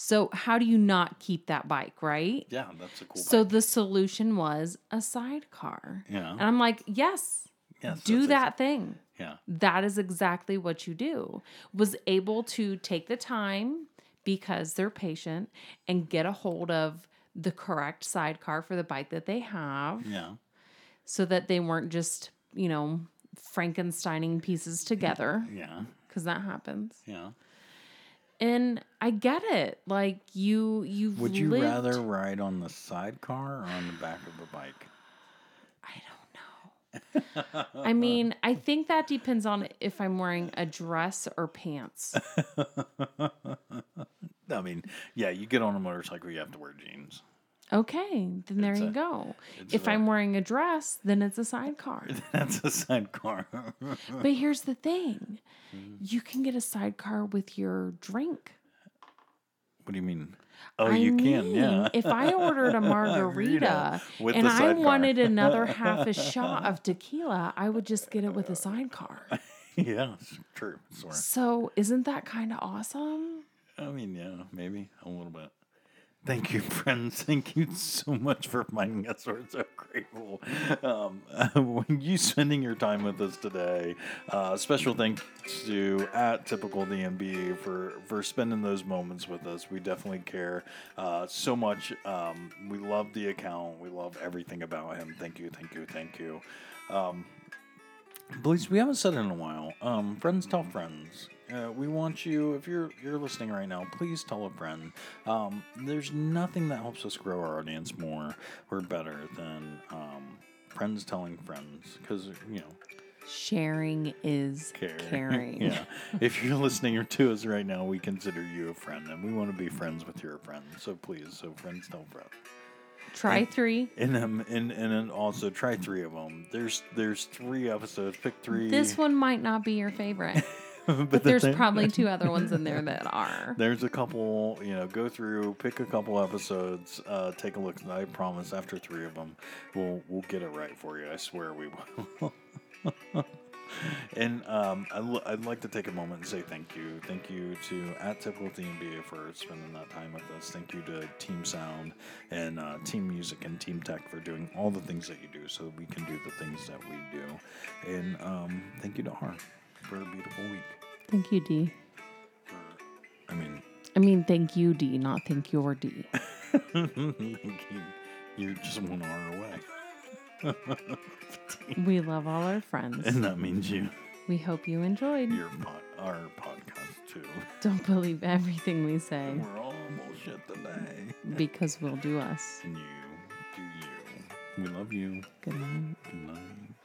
So how do you not keep that bike, right? Yeah, that's a cool. So bike. the solution was a sidecar. yeah, And I'm like, yes, yes, that's do that thing. exa- yeah, That is exactly what you do. Was able to take the time because they're patient and get a hold of the correct sidecar for the bike that they have yeah, so that they weren't just, you know, Frankensteining pieces together yeah, because that happens. yeah. And I get it. Like you you've Would you lived- rather ride on the sidecar or on the back of a bike? I don't Uh-huh. know. I mean, I think that depends on if I'm wearing a dress or pants. I mean, yeah, you get on a motorcycle, you have to wear jeans. Okay, then there It's you a- go. it's If a- i I'm wearing a dress, then it's a sidecar. That's a sidecar. but here's the thing Mm-hmm. you can get a sidecar with your drink. what do you mean? Oh, I you can, yeah. mean, if I ordered a margarita with and the I sidecar. wanted another half a shot of tequila, I would just get it with a sidecar. yeah, it's true. It's where- So, isn't that kind of awesome? I mean, yeah, maybe a little bit. Thank you, friends. Thank you so much for finding us. We're so grateful. Um, when you spending your time with us today, uh, special thanks to at typical DMB for for spending those moments with us. We definitely care uh, so much. Um, we love the account. We love everything about him. Thank you. Thank you. Thank you. Um, Please, we haven't said it in a while. Um, friends tell friends. Uh, we want you, if you're you're listening right now, please tell a friend. Um, there's nothing that helps us grow our audience more or better than um, friends telling friends, because you know Sharing is care. caring. yeah. If you're listening to us right now, we consider you a friend, and we want to be friends with your friends. So please, so friends tell friends. Try three. And um, and and then also try three of them. There's there's three episodes. Pick three. This one might not be your favorite, but but the there's thing- probably two other ones in there that are. There's a couple, you know, go through, pick a couple episodes, uh, take a look. And I promise, after three of them, we'll we'll get it right for you. I swear we will. and um, I l- I'd like to take a moment and say thank you, thank you to at Typical DMB for spending that time with us. Thank you to Team Sound and uh, Team Music and Team Tech for doing all the things that you do, so that we can do the things that we do. And um, thank you to Har for a beautiful week. Thank you, D. I mean. I mean, thank you, D, not thank your D. Thinking You're just one hour away. We love all our friends. And that means you, We hope you enjoyed. your pod, our podcast too. Don't believe everything we say We're all bullshit today. because we'll do us. And you, do you. We love you. Good night. Good night.